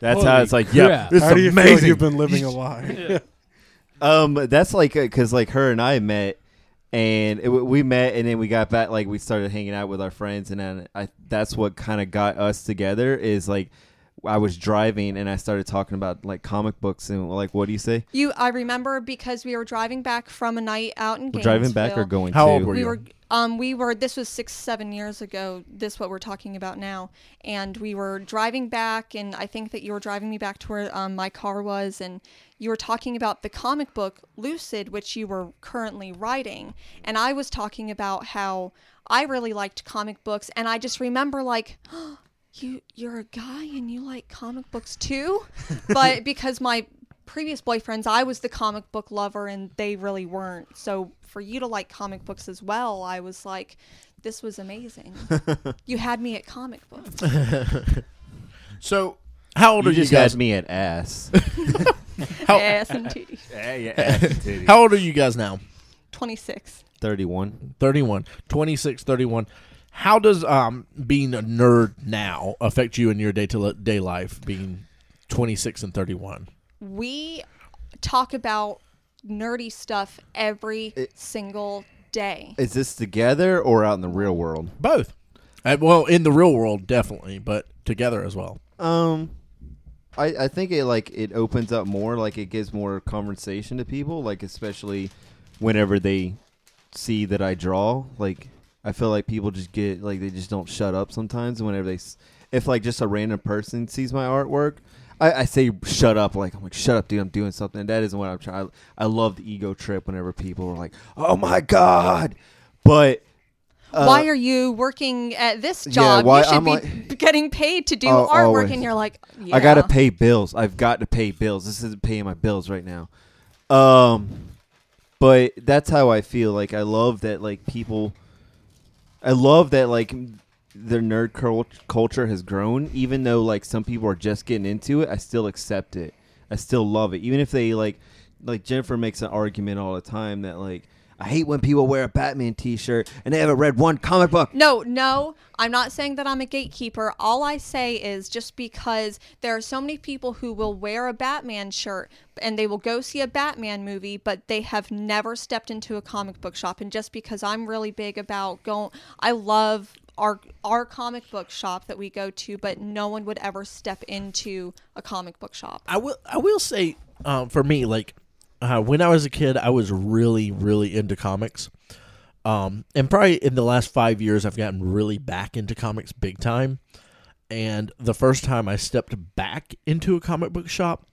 That's how
Holy
it's like. Yeah,
crap.
it's
How do you feel
amazing.
you've been living a lie?
Um, that's like because like her and I met, and it, we met, and then we got back. Like we started hanging out with our friends, and then I that's what kind of got us together. Is like I was driving, and I started talking about like comic books and like what do you say?
You, I remember because we were driving back from a night out in Gainesville.
Driving back or going?
How
to?
old were
We
you?
were, um, we were. This was six, seven years ago. This what we're talking about now. And we were driving back, and I think that you were driving me back to where um, my car was, and you were talking about the comic book Lucid, which you were currently writing, and I was talking about how I really liked comic books, and I just remember like. you you're a guy and you like comic books too but because my previous boyfriends i was the comic book lover and they really weren't so for you to like comic books as well i was like this was amazing you had me at comic books
So how old
You
are you
just
guys?
had me at ass.
Oh.
yes indeed
yeah, yeah, ass and titty.
How old are you guys now?
26
Thirty-one.
31 26 31 how does um being a nerd now affect you in your day to day life being 26 and 31
we talk about nerdy stuff every single day
Is this together or out in the real world?
both Uh, well in the real world definitely but together as well
Um, I, I think it like it opens up more, like it gives more conversation to people, like especially whenever they see that I draw. Like I feel like people just get like they just don't shut up sometimes. Whenever they, s- if like just a random person sees my artwork, I, I say shut up. Like I'm like shut up, dude. I'm doing something. that isn't what I'm trying. I, I love the ego trip whenever people are like, oh my god, but. uh,
why are you working at this
yeah,
job?
why-
you should
I'm
be
like-
getting paid to do
Oh,
artwork,
always.
and you're like, yeah.
I gotta pay bills. I've got to pay bills. This isn't paying my bills right now. Um, but that's how I feel. Like I love that. Like people, I love that. Like their nerd cul- culture has grown. Even though like some people are just getting into it, I still accept it. I still love it. Even if they like, like Jennifer makes an argument all the time that like. I hate when people wear a Batman T-shirt and they haven't read one comic book.
No, no, I'm not saying that I'm a gatekeeper. All I say is just because there are so many people who will wear a Batman shirt and they will go see a Batman movie, but they have never stepped into a comic book shop. And just because I'm really big about going, I love our our comic book shop that we go to, but no one would ever step into a comic book shop.
I will. I will say, um, for me, like uh, when I was a kid, I was really, really into comics. Um, and probably in the last five years, I've gotten really back into comics big time. And the first time I stepped back into a comic book shop,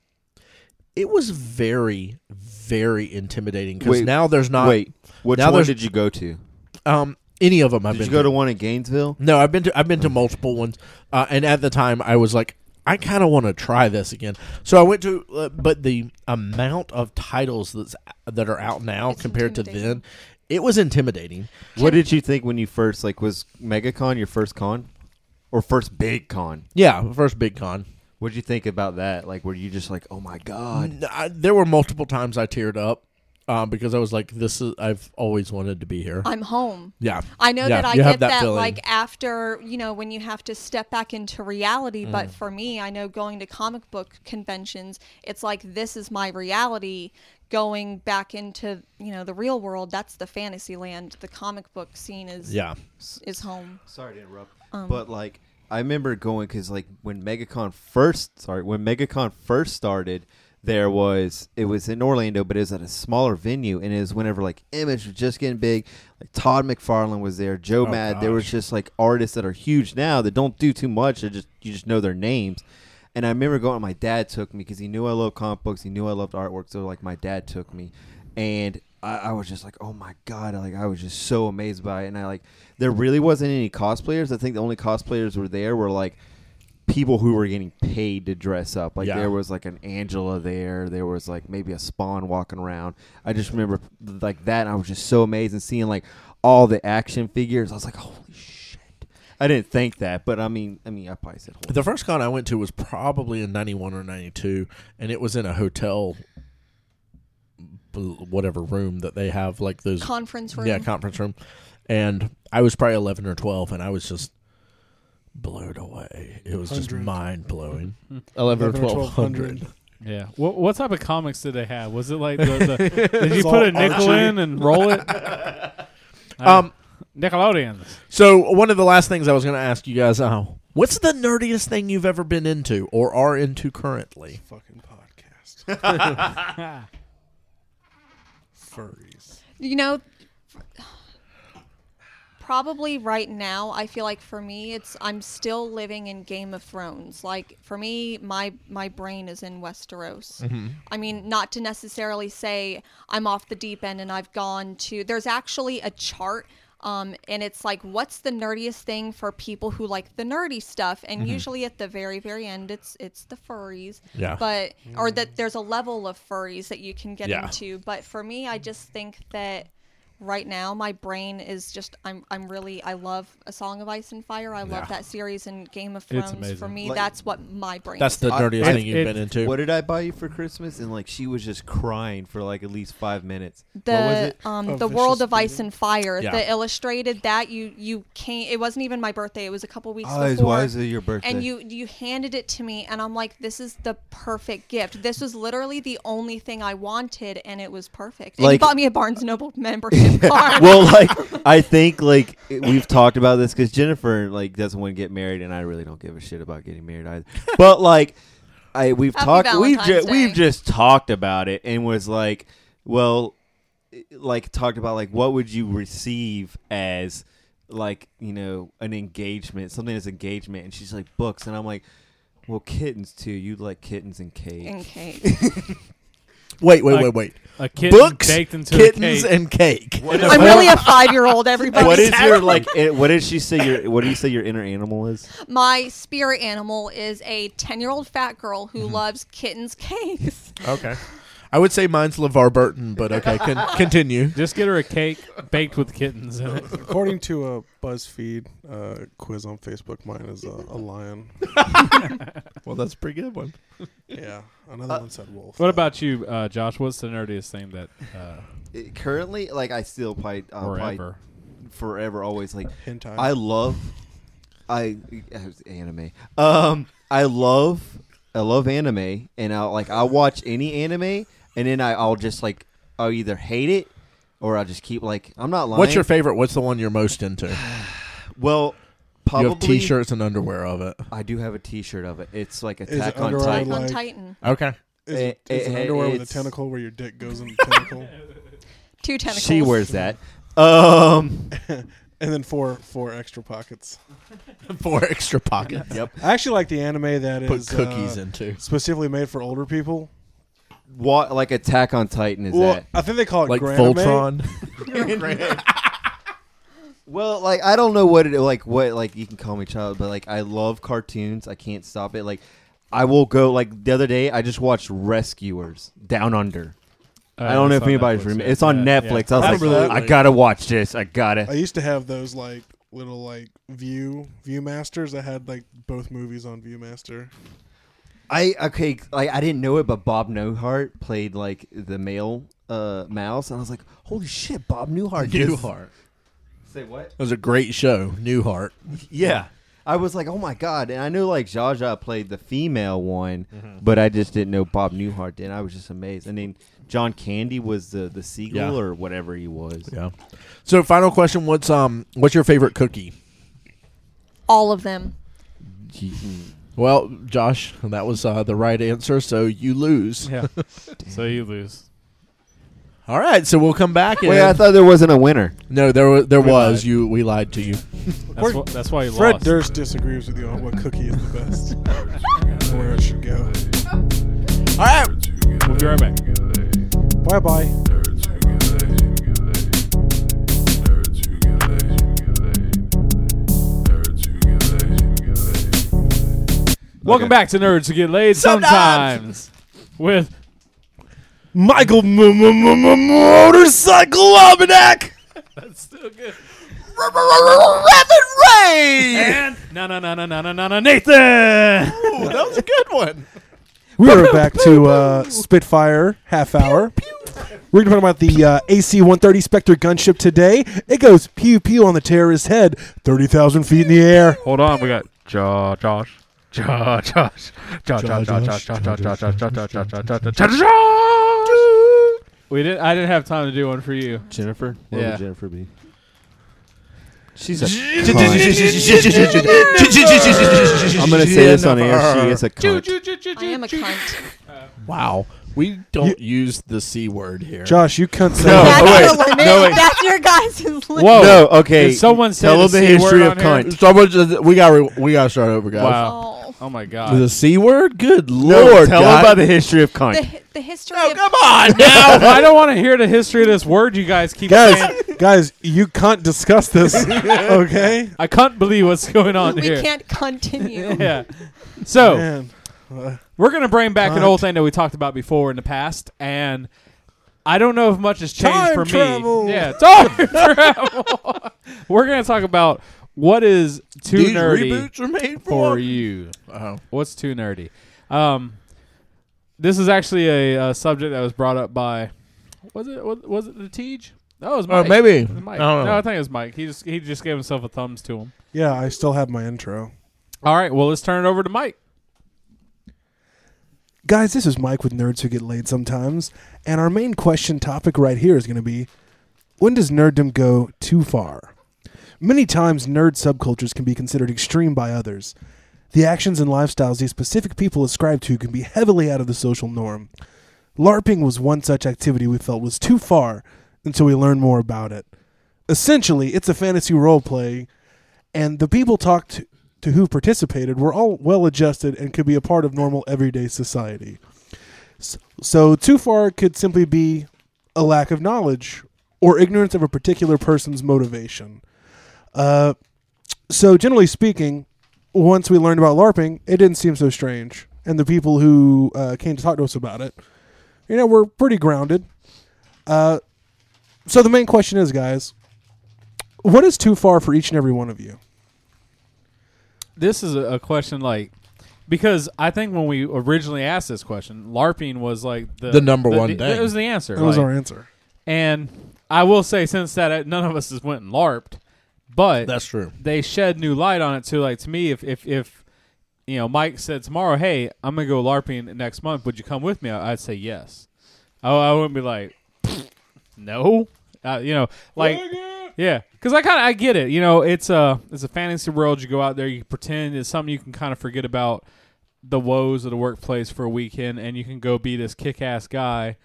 it was very, very intimidating because
Wait,
now there's not
Wait, which
now
one
there's-
did you go to?
um, any of them. I've
Did
been
you go to one in Gainesville?
no, I've been to I've been to multiple ones, uh, and at the time I was like, I kind of want to try this again. So I went to, uh, but the amount of titles that's that are out now
It's
compared to then,
intimidating.
it was intimidating.
What did you think when you first like was MegaCon your first con or first big con?
Yeah, first big con.
What did you think about that? Like, were you just like, oh my god?
N- I- there were multiple times I teared up um, because I was like, this is I've always wanted to be here.
I'm home.
yeah,
I know
Yeah,
that I
you have
get that,
feeling.
like after you know when you have to step back into reality.
Mm.
But for me, I know going to comic book conventions, it's like this is my reality. Going back into you know the real world, that's the fantasy land. The comic book scene is
yeah.
is home.
Sorry to interrupt, but like, I remember going because like when MegaCon first, sorry, when MegaCon first started, there was it was in Orlando, but it was at a smaller venue, and it was whenever like Image was just getting big. Like Todd McFarlane was there, Joe Mad. There was just like artists that are huge now that don't do too much. They just you just know their names. And I remember going. My dad took me because he knew I loved comic books. He knew I loved artwork. So like, my dad took me, and I, I was just like, oh my god! Like I was just so amazed by it. And I like, there really wasn't any cosplayers. I think the only cosplayers were there were like people who were getting paid to dress up. Like
Yeah.
there was like an Angela there. There was like maybe a Spawn walking around. I just remember like that. And I was just so amazed and seeing like all the action figures. I was like, holy shit! I didn't think that, but I mean, I mean, I probably said. Holy
The first con I went to was probably in '91 or '92, and it was in a hotel, bl- whatever room that they have, like those
Conference room.
Yeah, conference room. And I was probably 11 or 12, and I was just blown away. It was just
100.
mind blowing. 11 or 1200.
Yeah. What, what type of comics did they have? Was it like the, the did you
It's
put a
all
nickel
Archie.
in and roll it?
Um,
Nickelodeons.
so, one of the last things I was going to ask you guys uh, what's the nerdiest thing you've ever been into or are into currently?
Fucking podcast. Furries.
you know probably right now i feel like for me it's i'm still living in game of thrones like for me my my brain is in westeros i mean not to necessarily say i'm off the deep end and i've gone to there's actually a chart um, and it's like what's the nerdiest thing for people who like the nerdy stuff and usually at the very very end it's it's the furries
Yeah.
but or that there's a level of furries that you can get
Yeah.
into but for me i just think that right now my brain is just i'm i'm really i love a song of ice and fire i
Yeah.
love that series and game of thrones for
amazing.
me
Like-
that's what my brain
That's
is.
the
I-
nerdiest
I-
thing you've
it-
been into.
What did I buy you for Christmas? And like she was just crying for like at least five minutes.
the
what was it?
um
Oh,
the world
Vicious
of ice
Beating?
and fire
Yeah.
the illustrated that you you can't it wasn't even my birthday it was a couple weeks
Oh, it was-
before
why is it your birthday?
and you you handed it to me and i'm like this is the perfect gift this was literally the only thing i wanted and it was perfect and
Like-
you bought me a barnes noble membership card
well, like I think like it- we've talked about this because Jennifer like doesn't want to get married, and I really don't give a shit about getting married either. But like I we've
Happy
talked we've
Valentine's
ju- we've
Day.
just talked about it and was like, well, i- like talked about like what would you receive as like you know an engagement something as engagement and she's like books and I'm like, well kittens too you like kittens and cake
in cake.
Wait, wait,
Like-
wait, wait.
A kitten
Books,
baked into
kittens,
a cake.
and cake.
I'm really a five year old, everybody.
what is your like? i- What did she say? Your what do you say your inner animal is?
My spirit animal is a 10 year old fat girl who
Mm-hmm.
loves kittens cakes.
Okay. I would say mine's LeVar Burton, but okay, con- continue.
Just get her a cake baked with kittens in it.
According to a BuzzFeed uh, quiz on Facebook, mine is a, a lion.
Well, that's a pretty good one.
Yeah, another one said wolf.
What about you, uh, Josh? What's the nerdiest thing that uh,
currently, like I still probably, uh,
forever?
forever always like
hentai?
I love I anime. Um, I love I love anime, and I like I watch any anime, and then I, I'll just like I'll either hate it or I'll just keep like I'm not lying.
What's your favorite? What's the one you're most into?
well?
you
Probably
have t-shirts and underwear of it.
I do have a T-shirt of it. It's like
it
Attack on
Under Armour
Titan.
On
Like-
Titan.
Okay.
Is,
Eh,
it, is
eh,
it
eh,
underwear with a
it's-
tentacle where your dick goes in the tentacle?
Two tentacles.
She wears that. Um,
and then four four extra pockets.
Four extra pockets.
yep.
I actually like the anime that
Put
is
cookies
uh,
into.
specifically made for older people.
What like Attack on Titan is
Well,
that?
I think they call it
Like
Granime.
Voltron.
Well, like I don't know what it like what like you can call me child, but like I love cartoons. I can't stop it. Like I will go like the other day I just watched Rescuers Down Under.
Oh, Uh,
I don't know if anybody's remember. It's on Netflix. I was
Absolutely.
like, I gotta watch this. I
I
gotta.
used to have those like little like view viewmasters. I had like both movies on viewmaster.
I okay. Like I didn't know it, but Bob Newhart played like the male uh mouse, and I was like, holy shit, Bob Newhart. did this-
Newhart.
Say what?
It was a great show, Newhart.
Yeah. I was like, oh my god, and I knew like Zsa Zsa played the female one, but I just didn't know Bob Newhart did. and I was just amazed. I mean, John Candy was the the seagull
Yeah.
or whatever he was.
Yeah. So, final question: What's um, what's your favorite cookie?
All of them.
hmm.
Well, Josh, that was uh, the right answer, so you lose.
Yeah. so you lose.
All right, so we'll come back.
Wait,
and-
I thought there wasn't a winner.
no, there wa- there
We lied.
was you. We lied to you.
That's, wh- that's why you
Fred
lost.
Durst disagrees with you on what cookie is the best and where it should go.
All right,
We'll be right back.
Bye bye.
Welcome
Okay.
back to Nerds Who Get Laid
Sometimes.
Sometimes, with
Michael M- M- M- M- Motorcycle Almanac.
and na na na na na na na na Nathan.
that was a good one.
We are back to uh, Spitfire half hour. We're going to talk about the uh, AC 130 Spectre gunship today. It goes pew pew on the terrorist's head, 30,000 feet in the air.
Hold on, we got Jo- Josh. Jo- Josh. Jo- Josh. Josh. Josh. Josh. Josh. Josh. Josh. Josh. Josh. Josh. Josh. Josh. Josh. Josh. We didn't. I didn't have time to do one for you.
Jennifer,
What would Yeah.
Jennifer be? She's a. I'm
I'm
gonna say this on air. She is a cunt.
I am a cunt.
Wow, we don't use the c word here.
Josh, you cunt son
No.
of
That's
Oh, wait.
the limit.
No, wait.
That's your guys' limit.
Whoa.
No, okay.
Did someone say
tell
the
them the
C word
history
on
of
here?
cunt.
Someone just- we got re- we got to start over, guys.
Wow.
Oh.
Oh my
The
God.
c word? Good
No,
lord!
tell
guys.
them about the history of cunt.
The, hi- the history
No,
of
come on now.
I don't want to hear the history of this word you guys keep saying.
Guys, guys, you cunt discuss this, okay?
I can't believe what's going on
we
here.
can't continue.
yeah. So
Man.
we're gonna bring back an
Cunt.
old thing that we talked about before in the past, and I don't know if much has changed
Time
for
travel.
me. Yeah, time travel. we're gonna talk about what is too
These
nerdy
reboots are made
for
for
you.
Oh.
What's too nerdy? Um, this is actually a, uh subject that was brought up by was it was, was it the Teej? That was
Oh,
Mike.
maybe.
It was Mike.
I don't know.
No, I think it was Mike. He just he just gave himself a thumbs to him.
Yeah, I still have my intro.
All right, well let's turn it over to Mike.
Guys, this is Mike with Nerds Who Get Laid Sometimes, and our main question topic right here is going to be when does nerddom go too far? Many times, nerd subcultures can be considered extreme by others. The actions and lifestyles these specific people ascribe to can be heavily out of the social norm. LARPing was one such activity we felt was too far until we learned more about it. Essentially, it's a fantasy role play, and the people talked to, to who participated were all well adjusted and could be a part of normal everyday society. S- So, too far could simply be a lack of knowledge or ignorance of a particular person's motivation. Uh, so, generally speaking, once we learned about LARPing, it didn't seem so strange. And the people who uh, came to talk to us about it, you know, were pretty grounded. Uh, so, the main question is, guys, what is too far for each and every one of you?
this is a, a question like because I think when we originally asked this question, LARPing was like the,
The number one
the-
thing.
It was the answer.
That was
like-
our answer.
And I will say, since that uh, none of us has went and LARPed, but
That's true.
they shed new light on it too. Like to me, if if if you know, Mike said tomorrow, "Hey, I'm gonna go LARPing next month. Would you come with me?" I- I'd say yes. I, I wouldn't be like, no, uh, you know, like yeah, because I kind of I get it. You know, it's a it's a fantasy world. You go out there, you pretend it's something you can kind of forget about the woes of the workplace for a weekend, and you can go be this kick-ass guy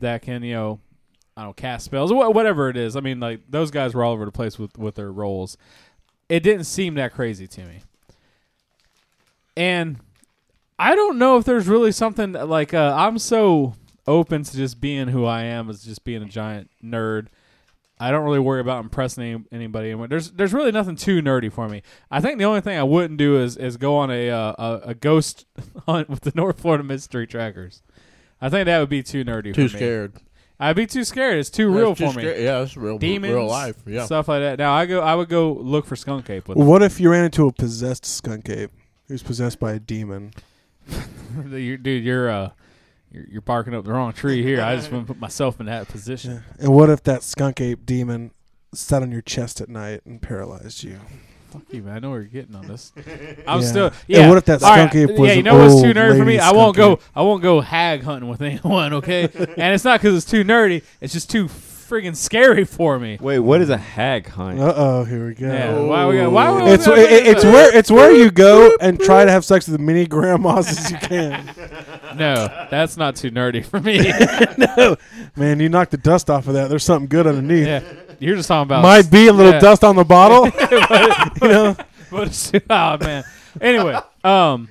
that can you know. I don't know, cast spells, wh- whatever it is. I mean, like those guys were all over the place with with their roles it didn't seem that crazy to me. And I don't know if there's really something that, like uh, I'm so open to just being who I am as just being a giant nerd. I don't really worry about impressing any, anybody. And There's there's really nothing too nerdy for me. I think the only thing I wouldn't do is is go on a uh, a, a ghost hunt with the North Florida Mystery Trackers. I think that would be too nerdy.
Too
for me.
scared.
I'd be too scared. It's too real
That's too
for me.
scar- Yeah, it's real.
Demons,
real life. Yeah.
stuff like that. Now I go. I would go look for skunk ape with
What if you ran into a possessed skunk ape who's possessed by a demon?
you dude, you're uh, you're, you're barking up the wrong tree here. I just want to put myself in that position.
And what if that skunk ape demon sat on your chest at night and paralyzed you?
Fuck you, man. I know where you're getting on this. I'm
Yeah.
still.
And
Yeah.
what if that
All
skunk ape was
Yeah, you
an
know what's too
old
nerdy for me?
lady
I won't go.
skunk
I won't go hag hunting with anyone. Okay, and it's not because it's too nerdy. It's just too friggin' scary for me.
Wait, what is a hag hunt?
Uh oh, here we go.
Yeah. Why we? got- Why we?
Oh. It's
why
it,
we-
it's where it's where you go and try to have sex with as many grandmas as you can.
No, that's not too nerdy for me.
Man, you knocked the dust off of that. There's something good underneath.
yeah, you're just talking about
Might be a little
Yeah.
dust on the bottle. you know,
But it's- oh man. Anyway, um,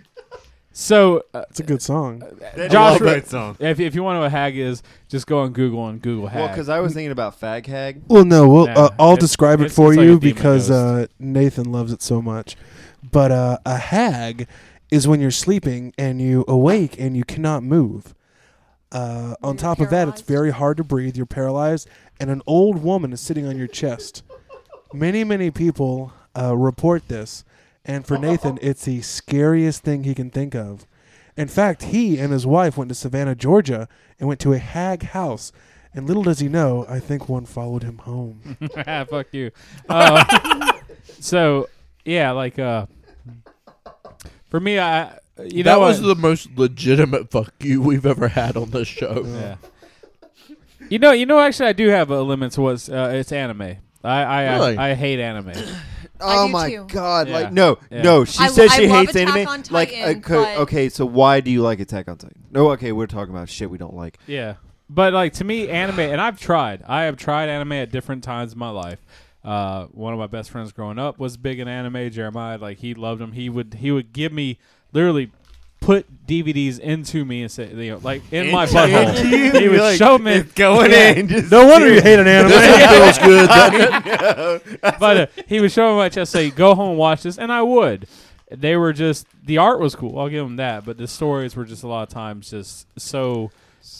so uh,
it's a good song.
Josh,
Great
song.
If, if you want to know what hag is, just go on Google and Google hag.
Well, because I was thinking about fag hag.
Well, no, we'll,
Nah,
uh, I'll
it's-
describe it
it's-
for
it's like
you
a demon
because
ghost.
uh, Nathan loves it so much. But uh, a hag is when you're sleeping and you awake and you cannot move. Uh,
You're
on top of that, it's
paralyzed.
very hard to breathe. You're paralyzed, and an old woman is sitting on your chest. Many, many people uh, report this, and for Nathan, it's the scariest thing he can think of. In fact, he and his wife went to Savannah, Georgia, and went to a hag house. And little does he know, I think one followed him home.
Ah, fuck you. Uh, so yeah, like uh, for me, I you
that
know
was
what?
the most legitimate fuck you we've ever had on this show.
yeah. You know, you know. Actually, I do have a limit to what's uh, it's anime. I I,
Really?
I I hate anime.
Oh
do
my
too.
god!
Yeah.
Like no,
Yeah.
no. She
I-
says
I
she
love
hates
Attack
anime.
on
like
Titan,
okay,
but-
okay, so why do you like Attack on Titan? No, okay, we're talking about shit we don't like.
Yeah. But like to me, anime, and I've tried. I have tried anime at different times in my life. Uh, one of my best friends growing up was big in anime. Jeremiah, like he loved him. He would he would give me literally put DVDs into me and say, you know, like in my butthole. He would show me.
going
Yeah.
in. Just
No wonder you hate an anime.
Feels good. doesn't it?
but uh, he was showing my chest, say, "Go home, and watch this," and I would. They were just the art was cool. I'll give them that, but the stories were just a lot of times just so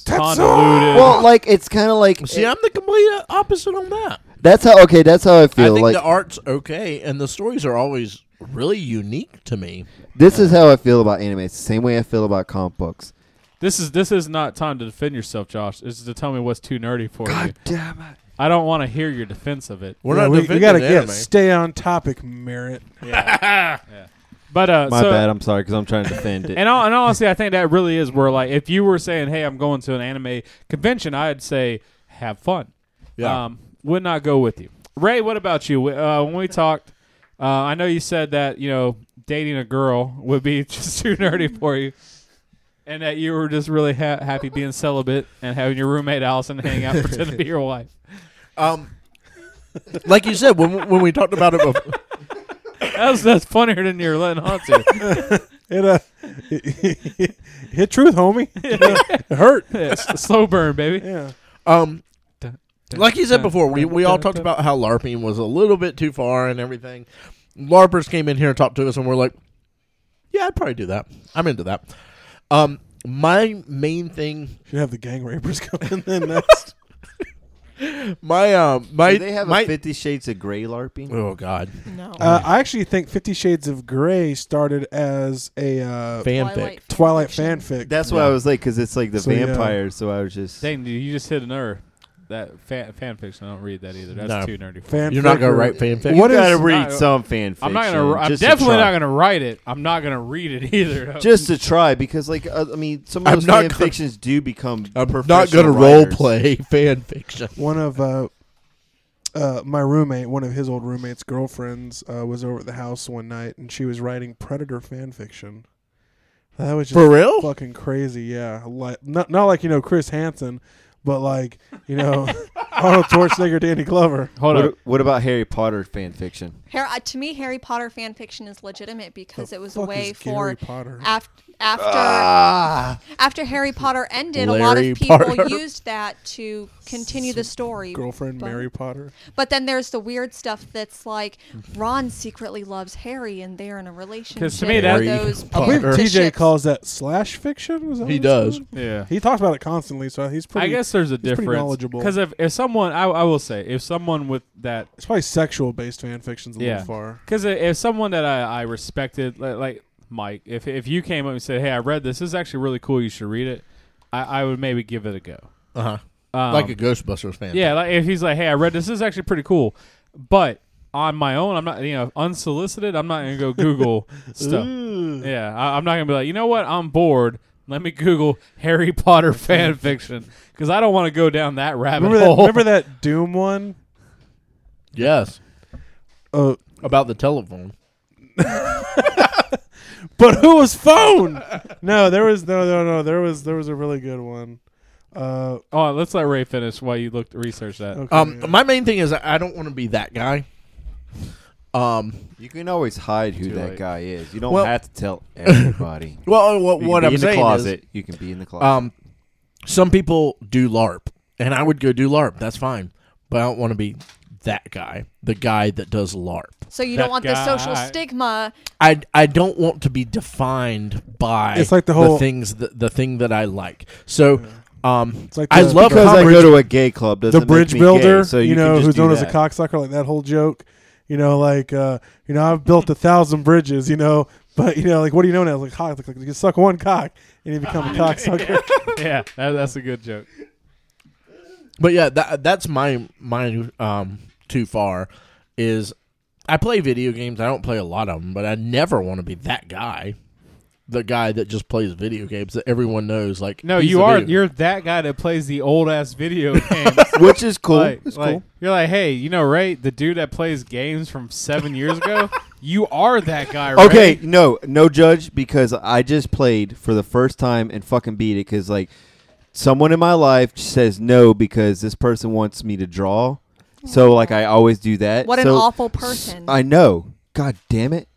convoluted.
Well, like it's kind of like
See, I'm the complete opposite on that.
that's how okay. That's how I
I
feel.
think
like
the art's okay, and the stories are always really unique to me.
this is how I feel about anime. It's the same way I feel about comic books.
This is this is not time to defend yourself, Josh. This is to tell me what's too nerdy for you.
Damn it!
I don't want to hear your defense of it.
We're
Yeah,
not
we, we
defending
gotta
anime.
get stay on topic, Merritt.
But uh,
My
so,
bad. I'm sorry because I'm trying to defend it.
And, all, and honestly, I think that really is where like if you were saying, "Hey, I'm going to an anime convention," I'd say, "Have fun."
Yeah.
Um, would not go with you, Ray. What about you? Uh, when we talked, uh, I know you said that you know dating a girl would be just too nerdy for you, and that you were just really ha- happy being celibate and having your roommate Allison hang out pretend to be your wife.
Um, like you said when when we talked about it before.
That's that's funnier than you're letting on to.
It uh, hit truth, homie. it hurt.
It's a slow burn, baby.
Yeah.
Um, like you said before, we, we all talked about how LARPing was a little bit too far and everything. LARPers came in here and talked to us, and we're like, yeah, I'd probably do that. I'm into that. Um, my main thing,
Should have the gang rapers coming in next.
my um, my
Do they have
my,
a Fifty Shades of Grey LARPing?
oh god,
No.
Uh, I actually think Fifty Shades of Grey started as a uh,
fanfic.
Twilight
fan fiction.
fanfic.
That's why I was like, because it's like the
So, yeah.
vampires. So I was just.
Dang, dude, you just hit a nerve. That fan, fan fiction, I don't read that either. That's
No.
too nerdy. For me.
fanfic
You're not gonna
or-
write fanfic.
You
What
gotta
is-
read
I-
some fan fiction.
I'm not gonna. I'm
just to
definitely
try.
not gonna write it. I'm not gonna read it either. though.
Just to try, because like uh, I mean, some of
I'm
those
not
fan
gonna-
fictions do become.
I'm not
professional
gonna role
writers.
play fanfiction.
One of uh, uh, my roommate, one of his old roommate's girlfriends, uh, was over at the house one night, and she was writing Predator fan fiction. That was just
For real?
fucking crazy. Yeah, like not not like you know Chris Hansen, but like you know Arnold Schwarzenegger, Danny Glover.
Hold
What,
up.
what about Harry Potter fan fiction?
Har- uh, to me, Harry Potter fan fiction is legitimate because
The
it was a
fuck
way
is
for
Gary Potter?
after after after Harry Potter ended, a lot
Ah. Larry
of people
Potter.
used that to continue the story.
Girlfriend
but-
Mary Potter.
But then there's the weird stuff that's like Ron secretly loves Harry and they're in a relationship.
to me that-
or those
I believe
Potter.
TJ
ships.
calls that slash fiction. Was that
He
what it's called?
does.
Yeah.
He talks about it constantly, so he's pretty.
I guess there's a
pretty
difference
knowledgeable.
because if, if someone I, I will say if someone with that
it's probably sexual based fan fiction's a
yeah
little far.
because if someone that I, I respected li- like Mike if if you came up and said hey I read this this is actually really cool you should read it I, I would maybe give it a go
Uh huh.
um,
Like a Ghostbusters fan.
yeah like if he's like hey I read this this is actually pretty cool but on my own I'm not you know unsolicited I'm not gonna go Google stuff yeah I, I'm not gonna be like you know what I'm bored. Let me Google Harry Potter fan fiction because I don't want to go down that rabbit
Remember that,
hole.
remember that Doom one?
Yes.
Oh.
Uh,
About the telephone.
but who was phone? no, there was no, no, no. There was there was a really good one. Uh,
Oh, let's let Ray finish while you look research that.
okay,
Um,
yeah.
my main thing is I I don't want to be that guy. Um,
You can always hide who
Too
that
late.
guy is. You don't
Well-
have to tell everybody.
well, uh, what,
You
what
can
I'm
be in the
saying
closet. you can be in the
is,
closet.
um, some people do LARP, and I would go do LARP. That's fine, but I don't want to be that guy, the guy that does LARP.
So you
That
don't want the social
guy.
stigma.
I I don't want to be defined by
It's like the whole-
things that, the thing that I like. So, um,
like
I
the-
love
because
how
I
bridge-
go to a gay club doesn't
the bridge
make me gay,
builder,
so
you,
you, can
know,
just
who's
do
known as
that.
a cocksucker, like that whole joke. You know, like uh, you know, I've built a thousand bridges. You know, but you know, like what do you know now? Like cock, like, you suck one cock and you become a cocksucker.
yeah, that, that's a good joke.
But yeah, that that's my my um too far is I play video games. I don't play a lot of them, but I never want to be that guy, the guy that just plays video games that everyone knows. Like
No,
he's
you
a
are
video-
you're that guy that plays the old ass video games.
which is cool.
like,
it's
like,
cool.
You're like, hey, you know, Ray, the dude that plays games from seven years ago. You are that guy. Ray.
Okay, no, no judge because I just played for the first time and fucking beat it because like someone in my life says no because this person wants me to draw, so like I always do that.
What an
So-
awful person.
I know. God damn it.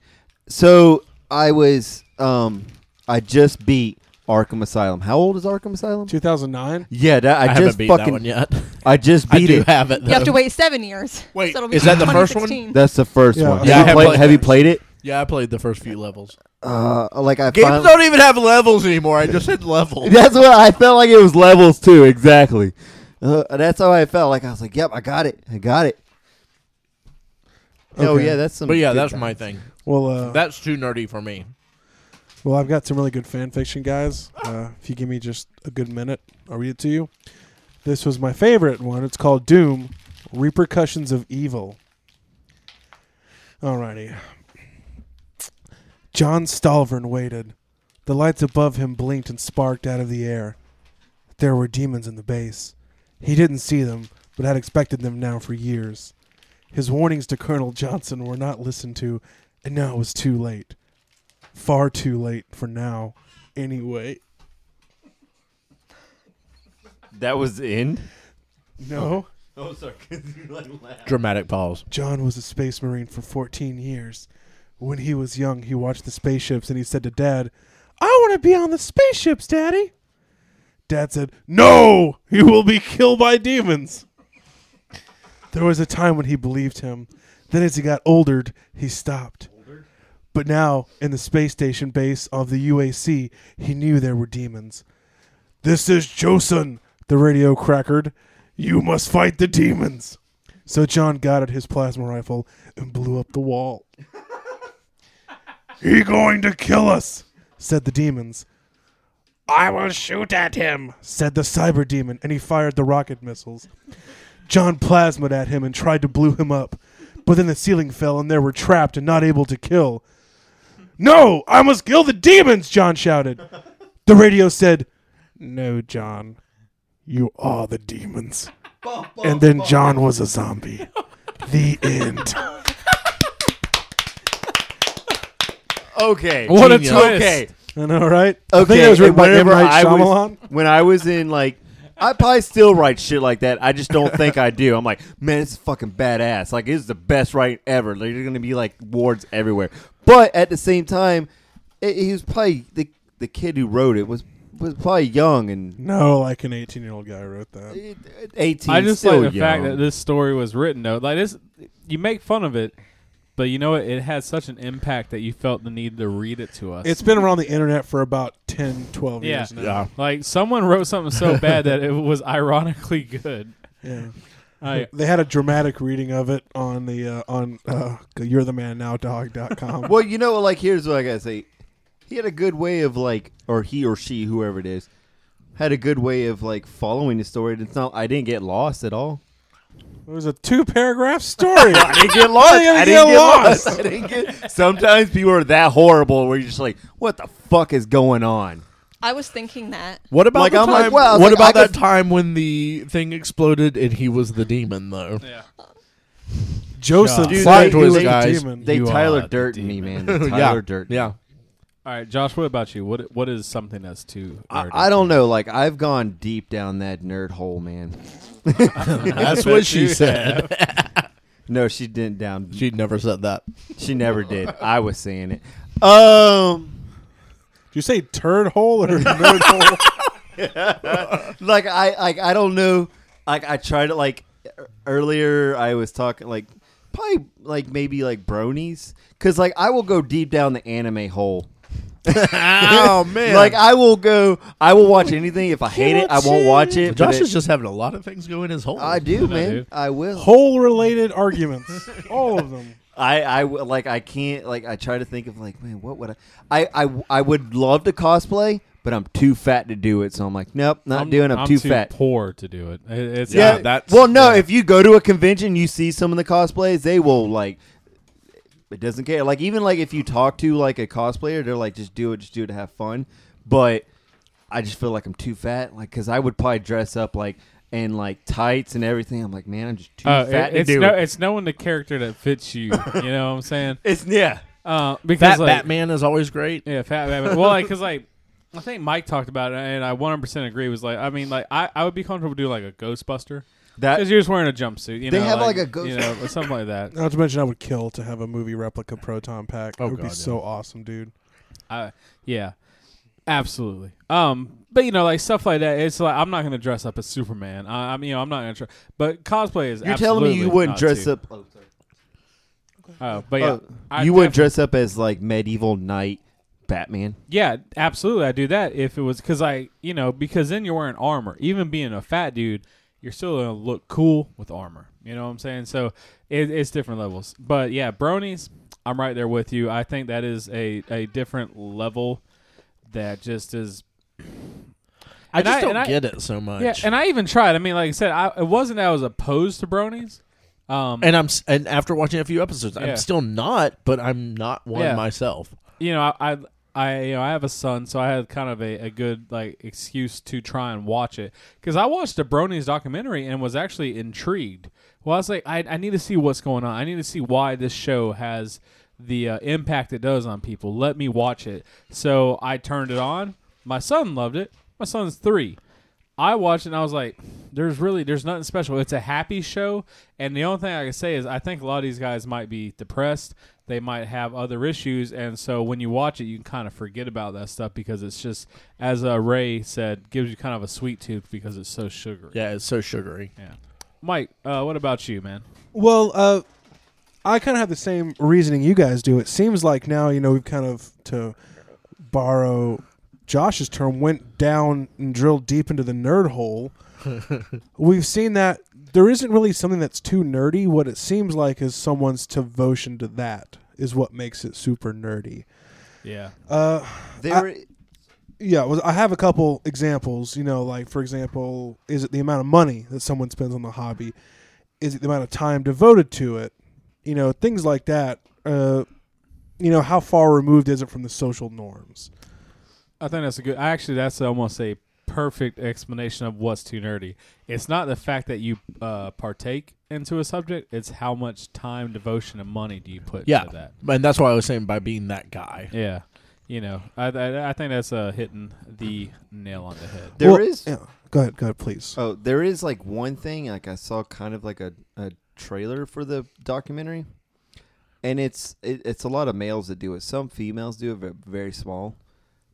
So I was, um, I just beat Arkham Asylum. How old is Arkham Asylum?
Two thousand nine.
Yeah, that, I,
I haven't
just
beat
fucking,
that one yet.
I just
I
beat
do
it.
have it. Though.
you have to wait seven years.
Wait,
So it'll
is that the first one?
2016.
That's the first
Yeah.
one.
Yeah,
I
have, you
have
played,
played
have you
that.
played it?
Yeah, I played the first few levels.
Uh, like I
Games
finally-
don't even have levels anymore. I just said level.
That's what I felt like. It was levels too. Exactly. Uh, that's how I felt. Like I was like, "Yep, I got it. I got it." Oh
Okay.
yeah, that's some.
But yeah,
good
that's
time.
my thing.
Well, uh,
That's too nerdy for me.
Well, I've got some really good fan fiction, guys. Uh, if you give me just a good minute, I'll read it to you. This was my favorite one. It's called Doom Repercussions of Evil. Alrighty. John Stalvern waited. The lights above him blinked and sparked out of the air. There were demons in the base. He didn't see them, but had expected them now for years. His warnings to Colonel Johnson were not listened to, and now it was too late. Far too late for now. Anyway,
That was the end.
no.
Oh, sorry.
Dramatic pause.
John was a space marine for 14 years. When he was young, he watched the spaceships and he said to Dad, I want to be on the spaceships, Daddy. Dad said, No, you will be killed by demons. There was a time when he believed him. Then, as he got older, he stopped. But now, in the space station base of the UAC, he knew there were demons. This is Josun, the radio crackered. You must fight the demons. So John got out his plasma rifle and blew up the wall. he going to kill us, said the demons. I will shoot at him, said the cyber demon, and he fired the rocket missiles. John plasmaed at him and tried to blow him up, but then the ceiling fell and they were trapped and not able to kill. No, I must kill the demons, John shouted. The radio said, No, John, you are the demons and then John was a zombie. The end.
Okay.
What a
genius.
twist.
Okay.
I know, right? I think
Okay.
that was
and
written by M.
whenever
Night
I was-
Shyamalan.
when I was in like. I probably still write shit like that. I just don't think I do. I'm like, man, it's fucking badass. Like, it's the best writing ever. Like, there's gonna be like wards everywhere. But at the same time, it, he was probably the the kid who wrote it was was probably young and
No, like an 18 year old guy wrote that.
eh, eighteen.
I just
still
like the
young.
fact that this story was written though. Like this, you make fun of it, but you know what? It had such an impact that you felt the need to read it to us.
It's been around the internet for about 10, 12
yeah,
years
Yeah.
now.
like someone wrote something so bad that it was ironically good.
Yeah.
I,
They had a dramatic reading of it on the uh, on uh, you're the man now dog.com.
Well, you know, like here's what I gotta say. He had a good way of like, or he or she, whoever it is, had a good way of like following the story. It's not, I didn't get lost at all.
It was a two paragraph story.
I didn't get lost.
didn't
I
get
didn't get
lost.
lost. I didn't get. Sometimes people are that horrible where you're just like, what the fuck is going on?
I was thinking that.
What about
Like,
the
I'm
time?
like, well, I was
what
like,
about
I
that
could-
time when the thing exploded and he was the demon though?
yeah,
Joseph
Dude, they-
thought he was
they-
a
guys,
demon.
They
You are
Tyler
the
Dirt me, man. They
yeah,
Tyler Dirt.
yeah.
All right, Josh. What about you? What What is something that's too?
I, I don't know. Like I've gone deep down that nerd hole, man.
That's what she said.
No, she didn't down.
She never said that.
She never did. I was saying it. Um.
Did you say turd hole or nerd hole?
like I like I don't know. Like I tried to like e- earlier. I was talking like probably like maybe like bronies because like I will go deep down the anime hole.
oh man!
Like I will go. I will watch anything. If I hate it, I won't watch it. but
Josh
it-
is just having a lot of things go in his hole.
I do,
I do.
man. I will.
Hole related arguments. All of them.
I, I w- like I can't like I try to think of like man what would I I I, I would love to cosplay but I'm too fat to do it so I'm like nope not
I'm,
doing it. I'm,
I'm
too, fat
Poor to do it. It- it's
Yeah,
Yeah,
not-
that's-
well, no.
yeah.
If you go to a convention, you see some of the cosplays. They will like. It doesn't care. Like even like if you talk to like a cosplayer, they're like, just do it, just do it to have fun. But I just feel like I'm too fat. Like because I would probably dress up like in like tights and everything. I'm like, man, I'm just too
uh,
fat
it-
to
it's
do
no,
it.
it's knowing the character that fits you. You know what I'm saying?
It's yeah.
Uh, because
Fat
like,
Batman is always great.
Yeah, Fat Batman. well, like, cause like, I think Mike talked about it, and I 100 percent agree. Was like, I mean, like, I, I would be comfortable doing like a Ghostbuster because
That
you're just wearing a jumpsuit. You
They
know,
have, like, a
you
ghost-
know, or something like that.
Not to mention, I would kill to have a movie replica proton pack. Oh, it would be so awesome, dude.
I, yeah, absolutely. Um, but you know, like stuff like that. It's like I'm not gonna dress up as Superman. I, I'm, you know, I'm not gonna. Tr- but cosplay is.
you're telling me you
absolutely
wouldn't
not
dress
too.
up. Oh, sorry.
Oh, but yeah,
Oh,
I
you wouldn't
definitely-
dress up as like medieval knight Batman.
Yeah, absolutely. I do that if it was because I, you know, because then you're wearing armor. Even being a fat dude, you're still gonna look cool with armor. You know what I'm saying? So it, it's different levels. But yeah, bronies, I'm right there with you. I think that is a a different level that just is.
I
And
just
I-
don't
and I-
get it so much.
Yeah, and I even tried. I mean, like I said, I it wasn't that I was opposed to bronies. Um,
And I'm s- and after watching a few episodes,
Yeah.
I'm still not, but I'm not one
Yeah.
myself.
you know, I, I, I, you know, I have a son, so I had kind of a, a good like excuse to try and watch it because I watched the Bronies documentary and was actually intrigued. Well, I was like, I, I need to see what's going on. I need to see why this show has the uh, impact it does on people. Let me watch it. So I turned it on. My son loved it. My son's three. I watched it and I was like, there's really there's nothing special. It's a happy show, and the only thing I can say is I think a lot of these guys might be depressed. They might have other issues, and so when you watch it, you can kind of forget about that stuff because it's just, as uh, Ray said, gives you kind of a sweet tooth because it's so sugary.
Yeah, it's so sugary.
Yeah. Mike, uh, what about you, man?
Well, uh, I kind of have the same reasoning you guys do. It seems like now, you know, we've kind of, to borrow Josh's term, went down and drilled deep into the nerd hole. we've seen that there isn't really something that's too nerdy. What it seems like is someone's devotion to that is what makes it super nerdy.
Yeah.
Uh,
There,
yeah, well, I have a couple examples. You know, like for example, is it the amount of money that someone spends on the hobby? Is it the amount of time devoted to it? You know, things like that. Uh, you know, how far removed is it from the social norms?
I think that's a good. Actually, that's almost a perfect explanation of what's too nerdy. It's not the fact that you uh, partake into a subject; it's how much time, devotion, and money do you put
Yeah,
into that.
and that's why I was saying by being that guy.
Yeah, you know, I I, I think that's uh, hitting the nail on the head.
there
Well,
is-
Yeah. Go ahead. Go ahead, please.
oh, there is like one thing. Like I saw kind of like a, a trailer for the documentary, and it's it, it's a lot of males that do it. Some females do it, but very small.